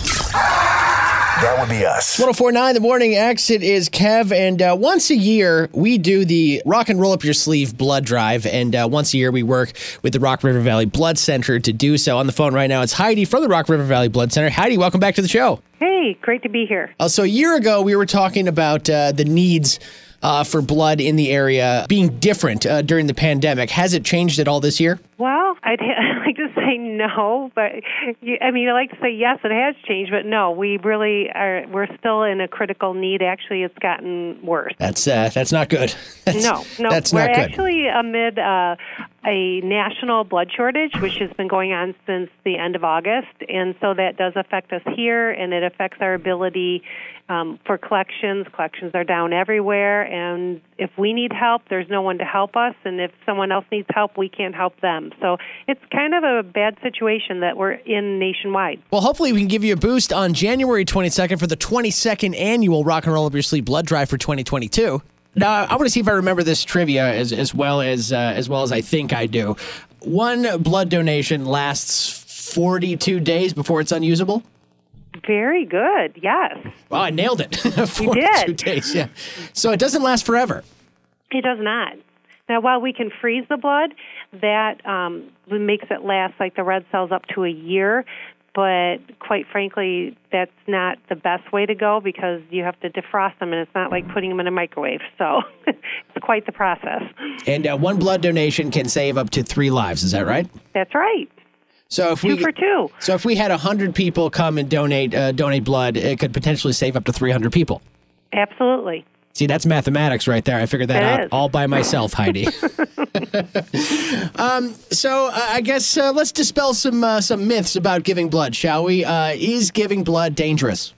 S3: that would be us.
S1: 1049 the morning exit is kev and uh, once a year we do the rock and roll up your sleeve blood drive and uh, once a year we work with the rock river valley blood center to do so on the phone right now it's heidi from the rock river valley blood center heidi welcome back to the show
S12: Hey, great to be here.
S1: uh, so a year ago we were talking about uh, the needs uh, for blood in the area being different uh, during the pandemic has it changed at all this year
S12: Well, I'd ha- like to say no, but you- I mean, I like to say yes, it has changed, but no, we really are. We're still in a critical need. Actually, it's gotten worse.
S1: that's uh, that's not good That's-
S12: no, no,
S1: that's
S12: we're
S1: not good
S12: actually amid uh, a national blood shortage, which has been going on since the end of August, and so that does affect us here, and it affects our ability um, for collections. Collections are down everywhere, and if we need help, there's no one to help us, and if someone else needs help, we can't help them. So it's kind of a bad situation that we're in nationwide.
S1: Well, hopefully we can give you a boost on January 22nd for the 22nd annual Rock and Roll Up Your Sleeve Blood Drive for 2022. Now, I want to see if I remember this trivia as, as well as uh, as well as I think I do. One blood donation lasts 42 days before it's unusable.
S12: Very good. Yes,
S1: Wow, I nailed it. 42
S12: did.
S1: days, yeah. So it doesn't last forever.
S12: it does not. Now, while we can freeze the blood, that um, makes it last like the red cells up to a year. But quite frankly, that's not the best way to go because you have to defrost them, and it's not like putting them in a microwave. So it's quite the process.
S1: And uh, one blood donation can save up to three lives. Is that right?
S12: That's right.
S1: So if
S12: Two
S1: we
S12: for two.
S1: so if we had 100 people come and donate uh, donate blood, it could potentially save up to 300 people.
S12: Absolutely.
S1: See, that's mathematics right there. I figured that
S12: It
S1: out
S12: is.
S1: all by myself, Heidi. um, so uh, I guess uh, let's dispel some uh, some myths about giving blood, shall we? Uh, is giving blood dangerous?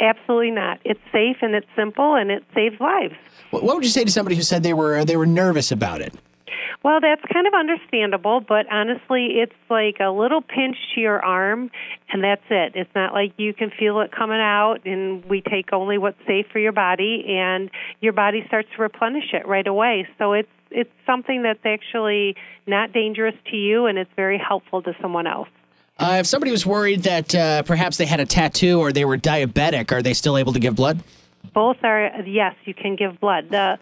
S12: Absolutely not. It's safe and it's simple and it saves lives.
S1: What, what would you say to somebody who said they were they were nervous about it?
S12: Well, that's kind of understandable, but honestly, it's like a little pinch to your arm, and that's it. It's not like you can feel it coming out, and we take only what's safe for your body, and your body starts to replenish it right away. So it's it's something that's actually not dangerous to you, and it's very helpful to someone else.
S1: Uh, if somebody was worried that uh, perhaps they had a tattoo or they were diabetic, are they still able to give blood?
S12: Both are yes, you can give blood. The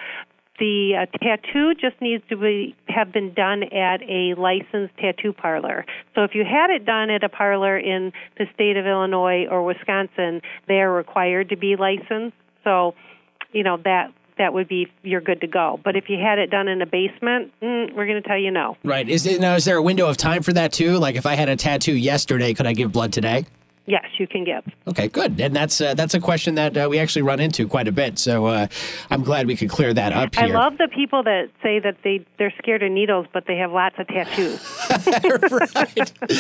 S12: the uh, tattoo just needs to be have been done at a licensed tattoo parlor. So if you had it done at a parlor in the state of Illinois or Wisconsin, they are required to be licensed. So, you know that that would be you're good to go. But if you had it done in a basement, mm, we're going to tell you no.
S1: Right. Is it, now is there a window of time for that too? Like if I had a tattoo yesterday, could I give blood today?
S12: Yes, you can give.
S1: Okay, good. And that's uh, that's a question that uh, we actually run into quite a bit. So uh, I'm glad we could clear that up here.
S12: I love the people that say that they they're scared of needles, but they have lots of tattoos.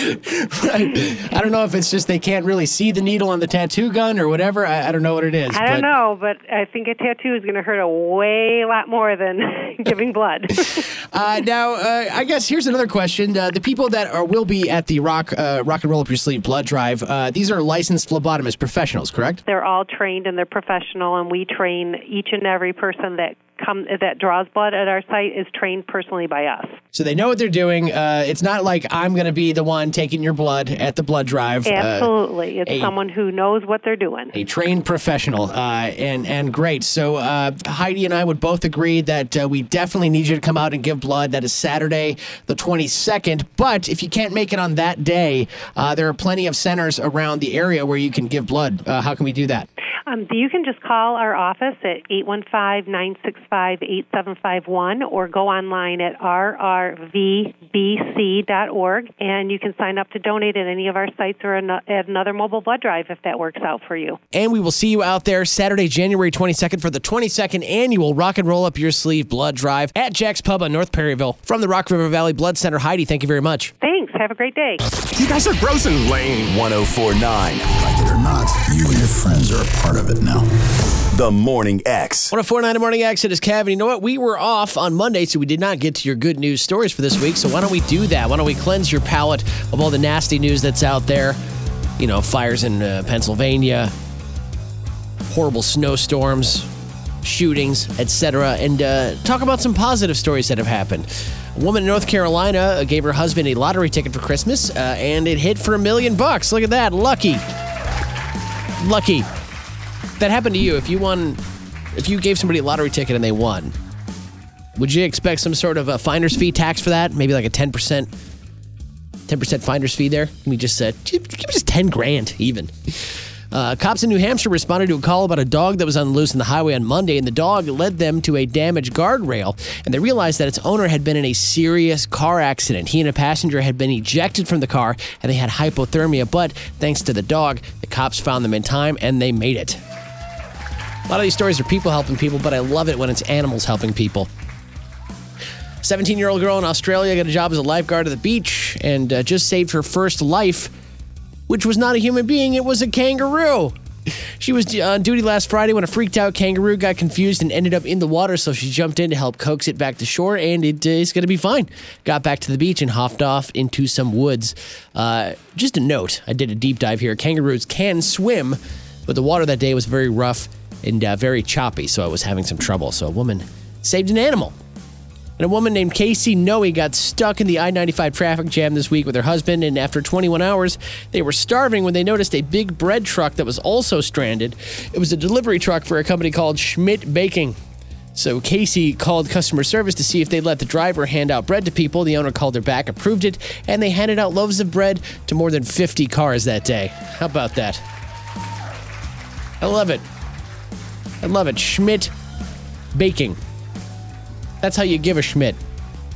S1: right. I don't know if it's just they can't really see the needle on the tattoo gun or whatever. I, I don't know what it is.
S12: I don't
S1: but-
S12: know, but I think a tattoo is going to hurt a way lot more than giving blood.
S1: Uh, now, uh, I guess here's another question: uh, the people that are will be at the rock uh, rock and roll up your sleeve blood drive. Uh, these are licensed phlebotomist professionals, correct?
S12: they're all trained and they're professional, and we train each and every person that come that draws blood at our site is trained personally by us.
S1: So they know what they're doing. Uh, it's not like I'm going to be the one taking your blood at the blood drive. Uh,
S12: Absolutely, it's
S1: a-
S12: someone who knows what they're doing.
S1: a trained professional uh, and and great so uh, heidi and i would both agree that uh, we definitely need you to come out and give blood that is saturday the 22nd but if you can't make it on that day uh, there are plenty of centers around the area where you can give blood uh, how can we do that
S12: Um, you can just call our office at eight one five nine six 965-8751 or go online at rrvbc.org and you can sign up to donate at any of our sites or an- at another mobile blood drive if that works out for you.
S1: And we will see you out there Saturday, January 22nd for the 22nd annual Rock and Roll Up Your Sleeve Blood Drive at Jack's Pub on North Perryville. From the Rock River Valley Blood Center, Heidi, thank you very much.
S12: Thanks. Have a great day.
S3: You guys are gross in Lane 1049.
S4: Like it or not, you and your friends are a part of it now.
S3: The Morning X.
S1: 1049 Morning X, it is Cav. And you know what? We were off on Monday, so we did not get to your good news stories for this week. So why don't we do that? Why don't we cleanse your palate of all the nasty news that's out there? You know, fires in uh, Pennsylvania, horrible snowstorms, shootings, etc., and uh, talk about some positive stories that have happened. A woman in North Carolina uh, gave her husband a lottery ticket for Christmas, uh, and it hit for a million bucks. Look at that, lucky, lucky. That happened to you. If you won, if you gave somebody a lottery ticket and they won, would you expect some sort of a finder's fee tax for that? Maybe like a ten percent, ten percent finder's fee there. Let me just uh, give me just ten grand even. Uh, cops in New Hampshire responded to a call about a dog that was on the loose in the highway on Monday, and the dog led them to a damaged guardrail. And they realized that its owner had been in a serious car accident. He and a passenger had been ejected from the car, and they had hypothermia. But thanks to the dog, the cops found them in time, and they made it. A lot of these stories are people helping people, but I love it when it's animals helping people. 17 year old girl in Australia got a job as a lifeguard at the beach and uh, just saved her first life, which was not a human being, it was a kangaroo. She was uh, on duty last Friday when a freaked out kangaroo got confused and ended up in the water, so she jumped in to help coax it back to shore, and it uh, is going to be fine. Got back to the beach and hopped off into some woods. Uh, just a note I did a deep dive here. Kangaroos can swim, but the water that day was very rough and uh, very choppy, so I was having some trouble. So a woman saved an animal. And a woman named Casey Noe got stuck in the I 95 traffic jam this week with her husband, and after 21 hours, they were starving when they noticed a big bread truck that was also stranded. It was a delivery truck for a company called Schmidt Baking. So Casey called customer service to see if they'd let the driver hand out bread to people. The owner called her back, approved it, and they handed out loaves of bread to more than 50 cars that day. How about that? I love it. I love it. Schmidt Baking. That's how you give a Schmidt.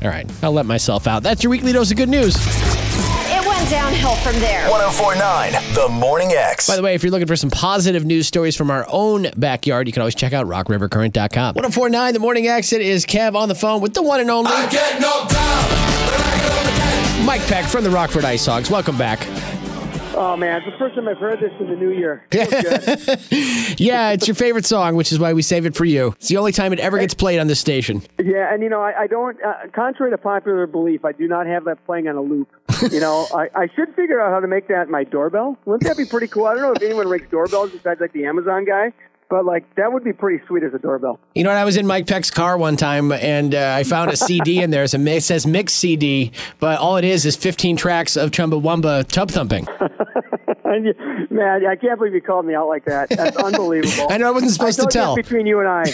S1: All right, I'll let myself out. That's your weekly dose of good news.
S13: It went downhill from there.
S3: 1049, The Morning X.
S1: By the way, if you're looking for some positive news stories from our own backyard, you can always check out rockrivercurrent.com. 1049, The Morning X. It is Kev on the phone with the one and only Mike Peck from the Rockford Ice Hogs. Welcome back.
S14: Oh man, it's the first time I've heard this in the new year. Feels good.
S1: yeah, it's your favorite song, which is why we save it for you. It's the only time it ever gets played on this station.
S14: yeah, and you know, I, I don't. Uh, contrary to popular belief, I do not have that playing on a loop. You know, I, I should figure out how to make that my doorbell. Wouldn't that be pretty cool? I don't know if anyone rings doorbells besides like the Amazon guy, but like that would be pretty sweet as a doorbell.
S1: You know, what? I was in Mike Peck's car one time, and uh, I found a CD in there. It's a, mi- it says mix CD, but all it is is 15 tracks of Chumbawamba tub thumping.
S14: And you- man, I can't believe you called me out like that. That's unbelievable.
S1: I know, I wasn't supposed to tell.
S14: thought that Between you and I.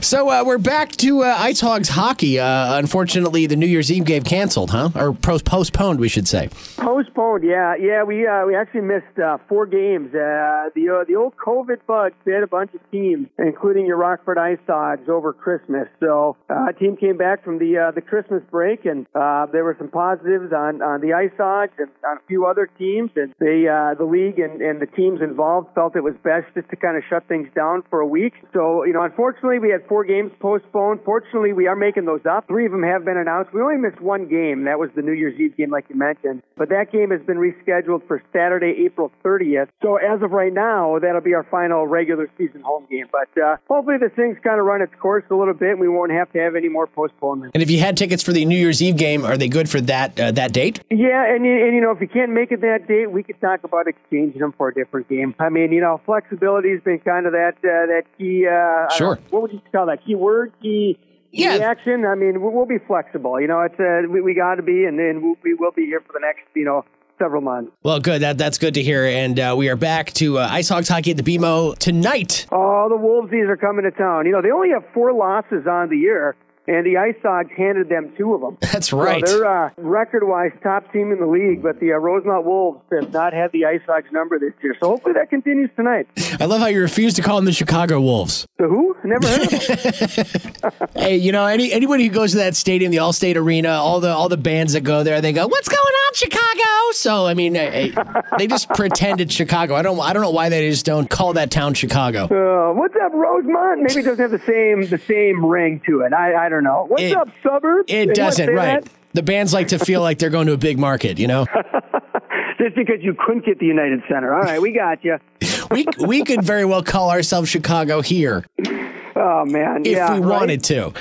S1: So uh, we're back to uh, Ice Hogs hockey. Uh, unfortunately, the New Year's Eve game canceled, huh? Or pros- postponed, we should say.
S14: Postponed, yeah, yeah. We uh, we actually missed uh, four games. Uh, the uh, the old COVID bug bit a bunch of teams, including your Rockford Ice Dogs, over Christmas. So uh, a team came back from the uh, the Christmas break, and uh, there were some positives on, on the Ice Dogs and on a few other teams. And they uh, the league and, and the teams involved felt it was best just to kind of shut things down for a week. So you know, unfortunately, we had four games postponed. Fortunately, we are making those up. Three of them have been announced. We only missed one game. That was the New Year's Eve game, like you mentioned. But that game has been rescheduled for Saturday, April 30th. So as of right now, that'll be our final regular season home game. But uh, hopefully, this thing's kind of run its course a little bit, and we won't have to have any more postponements.
S1: And if you had tickets for the New Year's Eve game, are they good for that uh, that date?
S14: Yeah, and, you- and you know, if you can't make it that date, we could talk about exchanging them for a different game. I mean, you know, flexibility has been kind of that uh, that key. Uh, I don't-
S1: Sure.
S14: What would you call that? Key word, key
S1: Yeah.
S14: reaction. I mean, we- we'll be flexible. You know, it's uh, we, we got to be, and then we'll- we will be here for the next, you know, several months.
S1: Well, good. That, that's good to hear. And uh, we are back to uh, Ice Hogs hockey at the BMO tonight.
S14: Oh, the Wolvesies are coming to town. You know, they only have four losses on the year, and the Ice Sox handed them two of them.
S1: That's
S14: So they're uh, record-wise top team in the league, but the uh, Rosemont Wolves have not had the Ice Sox number this year. So hopefully that continues tonight.
S1: I love how you refuse to call them the Chicago Wolves.
S14: The who? Never heard of them.
S1: Hey, you know, any anybody who goes to that stadium, the Allstate Arena, all the all the bands that go there, they go, "What's going on, Chicago?" So, I mean, eh, eh, they just pretended Chicago. I don't I don't know why they just don't call that town Chicago.
S14: Uh, what's up, Rosemont? Maybe it doesn't have the same the same ring to it. I, I don't know. What's up, suburbs? They
S1: It
S14: must
S1: doesn't,
S14: say
S1: right?
S14: that.
S1: The bands like to feel like they're going to a big market, you know.
S14: Just because you couldn't get the United Center. All right, we got you.
S1: we we could very well call ourselves Chicago here
S14: Oh man,
S1: if
S14: yeah,
S1: we
S14: right?
S1: wanted to. I-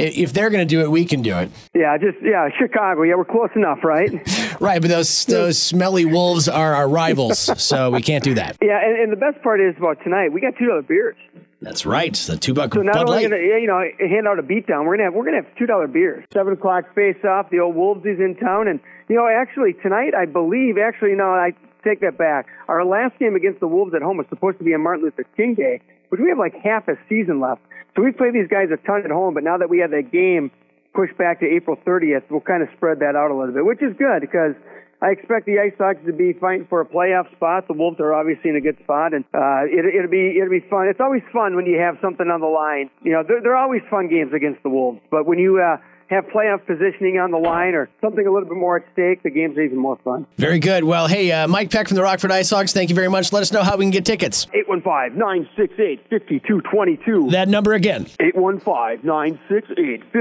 S1: If they're going to do it, we can do it.
S14: Yeah, just yeah, Chicago. Yeah, we're close enough, right?
S1: Right, but those those smelly wolves are our rivals, so we can't do that.
S14: Yeah, and, and the best part is about tonight. We got two dollar beers.
S1: That's right. The two buck
S14: So not
S1: Bud
S14: only
S1: Light.
S14: gonna yeah, you know hand out a beatdown, we're gonna have we're gonna have two dollar beers. Seven o'clock face off. The old Wolves is in town, and you know actually tonight I believe actually no I take that back. Our last game against the Wolves at home was supposed to be on Martin Luther King Day, which we have like half a season left. So we play these guys a ton at home, but now that we have that game pushed back to April 30th, we'll kind of spread that out a little bit, which is good because I expect the Ice Sox to be fighting for a playoff spot. The Wolves are obviously in a good spot, and uh, it, it'll be it'll be fun. It's always fun when you have something on the line. You know, they're, they're always fun games against the Wolves, but when you uh, have playoff positioning on the line or something a little bit more at stake, the game's even more fun.
S1: Very good. Well, hey, uh, Mike Peck from the Rockford Ice Hawks, thank you very much. Let us know how we can get tickets.
S14: 815 968 5222.
S1: That number again.
S14: 815 968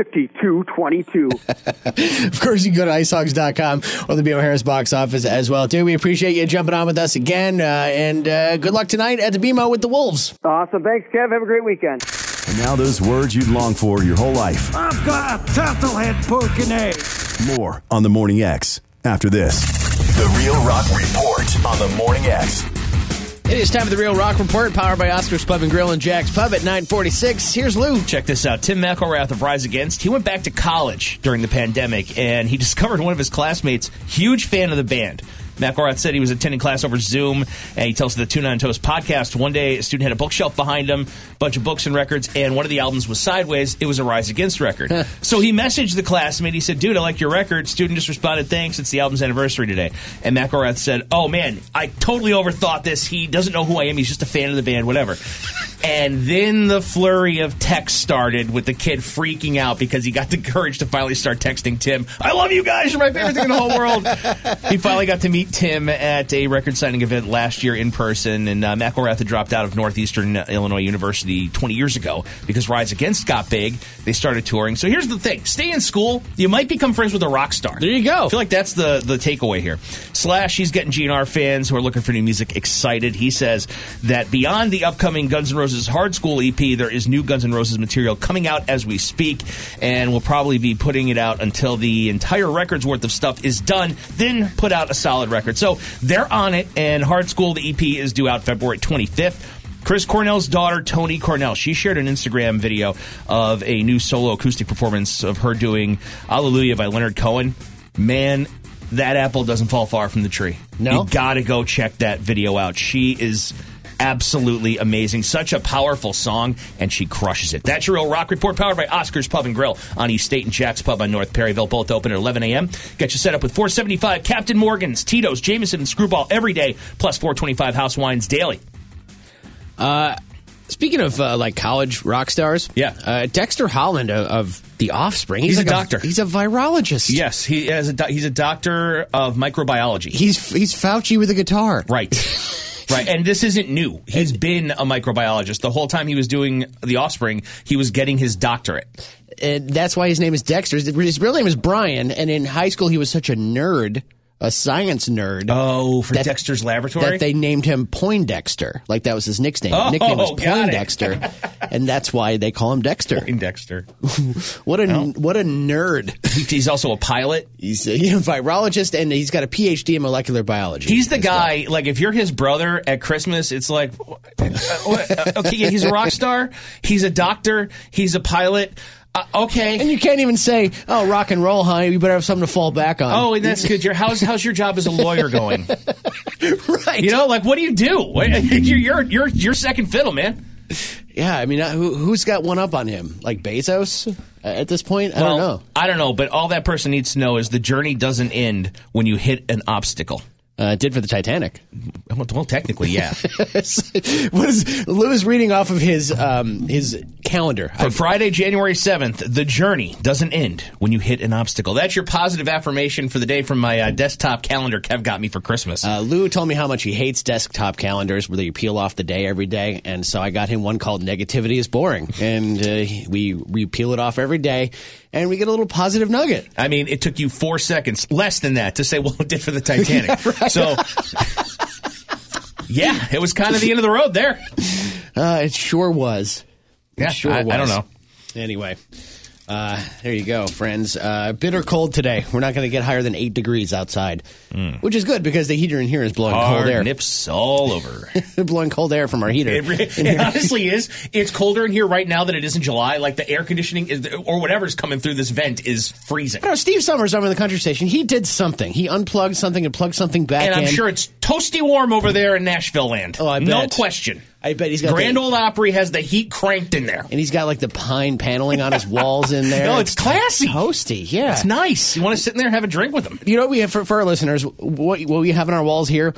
S14: 5222.
S1: Of course, you can go to icehawks.com or the BMO Harris box office as well, too. We appreciate you jumping on with us again, uh, and uh, good luck tonight at the BMO with the Wolves.
S14: Awesome. Thanks, Kev. Have a great weekend.
S15: And now those words you'd long for your whole life.
S7: I've got a turtlehead Pekingese.
S15: More on the Morning X after this.
S3: The Real Rock Report on the Morning X.
S1: It is time for the Real Rock Report, powered by Oscar's Pub and Grill and Jack's Pub at 946. Here's Lou.
S16: Check this out. Tim McElrath of Rise Against, he went back to college during the pandemic and he discovered one of his classmates, huge fan of the band. McElrath said he was attending class over Zoom and he tells the Tune on Toast podcast. One day a student had a bookshelf behind him, bunch of books and records, and one of the albums was sideways. It was a Rise Against record. so he messaged the classmate. He said, Dude, I like your record. Student just responded, Thanks. It's the album's anniversary today. And McElrath said, Oh man, I totally overthought this. He doesn't know who I am. He's just a fan of the band, whatever. And then the flurry of text started with the kid freaking out because he got the courage to finally start texting Tim. I love you guys. You're my favorite thing in the whole world. he finally got to meet Tim at a record signing event last year in person. And uh, McElrath had dropped out of Northeastern uh, Illinois University 20 years ago because Rise Against got big. They started touring. So here's the thing stay in school. You might become friends with a rock star. There you go. I feel like that's the, the takeaway here. Slash, he's getting GNR fans who are looking for new music excited. He says that beyond the upcoming Guns N' Roses Hard School EP, there is new Guns N' Roses material coming out as we speak, and we'll probably be putting it out until the entire record's worth of stuff is done, then put out a solid record. So they're on it, and Hard School, the EP, is due out February 25th. Chris Cornell's daughter, Tony Cornell, she shared an Instagram video of a new solo acoustic performance of her doing Hallelujah by Leonard Cohen. Man, that apple doesn't fall far from the tree. No. You gotta go check that video out. She is absolutely amazing. Such a powerful song, and she crushes it. That's your Real Rock Report, powered by Oscar's Pub and Grill on East State and Jack's Pub on North Perryville. Both open at 11 a.m. Get you set up with 475 Captain Morgan's, Tito's, Jameson, and Screwball every day, plus 425 House Wines daily.
S1: Uh, speaking of uh, like college rock stars, yeah, uh, Dexter Holland of, of The Offspring.
S16: He's a
S1: like
S16: doctor.
S1: he's a virologist.
S16: Yes, he has a do- he's a doctor of microbiology.
S1: He's he's Fauci with a guitar.
S16: Right. Right, and this isn't new. He's been a microbiologist the whole time he was doing The Offspring. He was getting his doctorate.
S1: and that's why his name is Dexter. His- His real name is Brian, and in high school he was such a nerd, a science nerd.
S16: Oh, for Dexter's Laboratory?
S1: that they named him Poindexter. Like that was his nickname.
S16: Oh,
S1: nickname was
S16: got it.
S1: Poindexter, and that's why they call him Dexter.
S16: Poindexter.
S1: what a what a nerd.
S16: He's also a pilot.
S1: He's a you know, virologist, and he's got a PhD in molecular biology.
S16: He's the guy. Like, if you're his brother at Christmas, it's like, what- what- uh, okay, yeah, he's a rock star. He's a doctor. He's a pilot. Uh, okay,
S1: and you can't even say, "Oh, rock and roll, honey." You better have something to fall back on.
S16: Oh, and that's good. Your how's how's your job as a lawyer going?
S1: right.
S16: You know, like what do you do? What- You're you're you're, you're second fiddle, man.
S1: Yeah, I mean, uh, who, who's got one up on him? Like Bezos uh, at this point? I
S16: well,
S1: don't know.
S16: I don't know, but all that person needs to know is the journey doesn't end when you hit an obstacle.
S1: Uh, it did for the Titanic.
S16: Well, well technically, yeah.
S1: what is Lou is reading off of his um, his calendar
S16: For Friday, January 7th, the journey doesn't end when you hit an obstacle. That's your positive affirmation for the day from my uh, desktop calendar Kev got me for Christmas.
S1: Uh, Lou told me how much he hates desktop calendars where they peel off the day every day, and so I got him one called "Negativity is Boring," and uh, we we peel it off every day, and we get a little positive nugget.
S16: I mean, it took you four seconds, less than that, to say, well, it did for the Titanic. So, yeah, it was kind of the end of the road there.
S1: Uh, it sure was. It
S16: Yeah,
S1: sure
S16: I- I
S1: was.
S16: don't know.
S1: Anyway, uh, there you go, friends. Uh, bitter cold today. We're not going to get higher than eight degrees outside, which is good because the heater in here is blowing
S16: Mm. Hard
S1: cold air.
S16: nips all over.
S1: blowing cold air from our heater.
S16: It, re-
S1: in
S16: it
S1: here.
S16: honestly is. It's colder in here right now than it is in July. Like the air conditioning is, or whatever's coming through this vent is freezing.
S1: I don't know, Steve Summers over in the country station, he did something. He unplugged something and plugged something back
S16: And
S1: in.
S16: I'm sure it's toasty warm over there in Nashville land. Oh, I No
S1: bet.
S16: question.
S1: I bet he's got
S16: Grand
S1: the-
S16: Old Opry has the heat cranked in there.
S1: and he's got like the pine paneling on his walls in there.
S16: No, it's classy.
S1: toasty. Yeah,
S16: It's nice. You want to sit in there and have a drink with them.
S1: You know what we have for, for our listeners? What what we have on our walls here?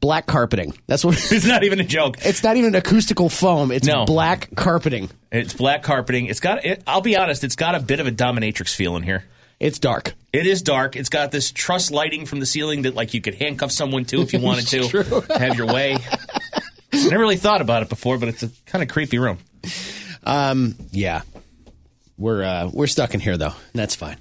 S1: Black carpeting. That's what.
S16: It's not even a joke.
S1: It's not even acoustical foam. It's
S16: No.
S1: black carpeting.
S16: It's black carpeting. It's got. It, I'll be honest. It's got a bit of a dominatrix feel in here.
S1: It's dark.
S16: It is dark. It's got this truss lighting from the ceiling that like you could handcuff someone to if you wanted to. Have your way. I never really thought about it before, but it's a kind of creepy room.
S1: Um, yeah, we're uh, we're stuck in here though. And that's fine.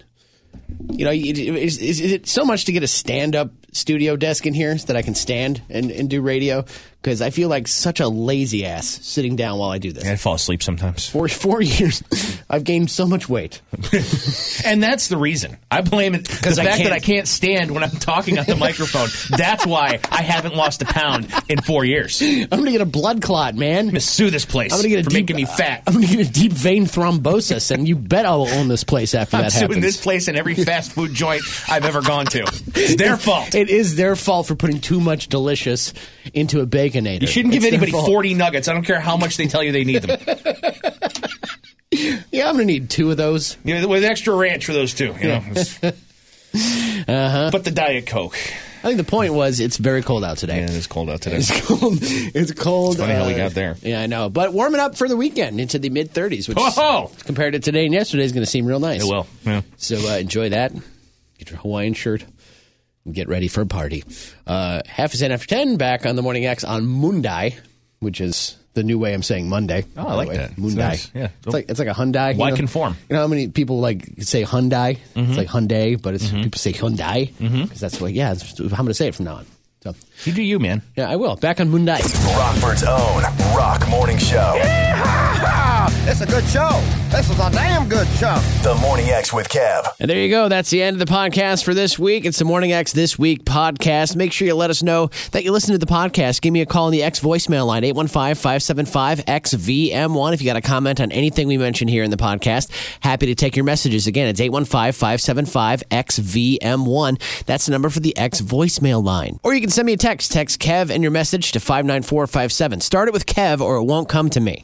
S1: You know, it- it- is, is it so much to get a stand-up studio desk in here so that I can stand and, and do radio? Because I feel like such a lazy ass sitting down while I do this.
S16: I fall asleep sometimes.
S1: For four years, I've gained so much weight.
S16: And that's the reason. I blame it the
S1: 'Cause I
S16: fact
S1: can't-
S16: that I can't stand when I'm talking on the microphone. That's why I haven't lost a pound in four years. I'm
S1: gonna get a blood clot, man. I'm
S16: gonna sue this place
S1: I'm gonna get a
S16: for
S1: deep,
S16: making me fat.
S1: I'm gonna get a deep vein thrombosis, and you bet I'll own this place after
S16: I'm
S1: that
S16: suing
S1: happens.
S16: this place and every fast food joint I've ever gone to. It's their fault.
S1: It is their fault for putting too much delicious into a baconator.
S16: You shouldn't give
S1: It's their
S16: anybody
S1: fault.
S16: 40 nuggets. I don't care how much they tell you they need them.
S1: Yeah, I'm gonna need two of those.
S16: You know, with extra ranch for those two. You know,
S1: Uh-huh.
S16: but the diet coke.
S1: I think the point was it's very cold out today. Yeah, it
S16: is cold out today.
S1: It's cold. It's cold. uh,
S16: It's funny how we got there.
S1: Yeah, I know. But warming up for the weekend into the mid 30s, which
S16: Oh!
S1: compared to today and yesterday is going to seem real nice.
S16: It will. Yeah.
S1: So uh, enjoy that. Get your Hawaiian shirt. And get ready for a party. Uh, half is in after 10, back on the Morning X on Monday, which is the new way I'm saying Monday.
S16: Oh, I
S1: by the
S16: like
S1: way.
S16: that. It's
S1: Monday.
S16: nice. Yeah.
S1: It's like, it's like a Hyundai. you
S16: Why
S1: know?
S16: conform? Mm-hmm.
S1: You know how many people like say Hyundai? It's like Hyundai, but it's people say Hyundai because
S16: Mhm.
S1: that's like yeah, that's how I'm going to say it from now on. So
S16: you do you, man.
S1: Yeah, I will. Back on Monday.
S3: Rockford's own Rock Morning Show.
S17: It's a good show. This is a damn good show.
S3: The Morning X with Kev.
S1: And there you go. That's the end of the podcast for this week. It's the Morning X This Week podcast. Make sure you let us know that you listen to the podcast. Give me a call on the X voicemail line, 815 575 XVM1. If you got a comment on anything we mentioned here in the podcast, happy to take your messages. Again, it's 815 575 XVM1. That's the number for the X voicemail line. Or you can send me a text. Text Kev and your message to 59457. Start it with Kev or it won't come to me.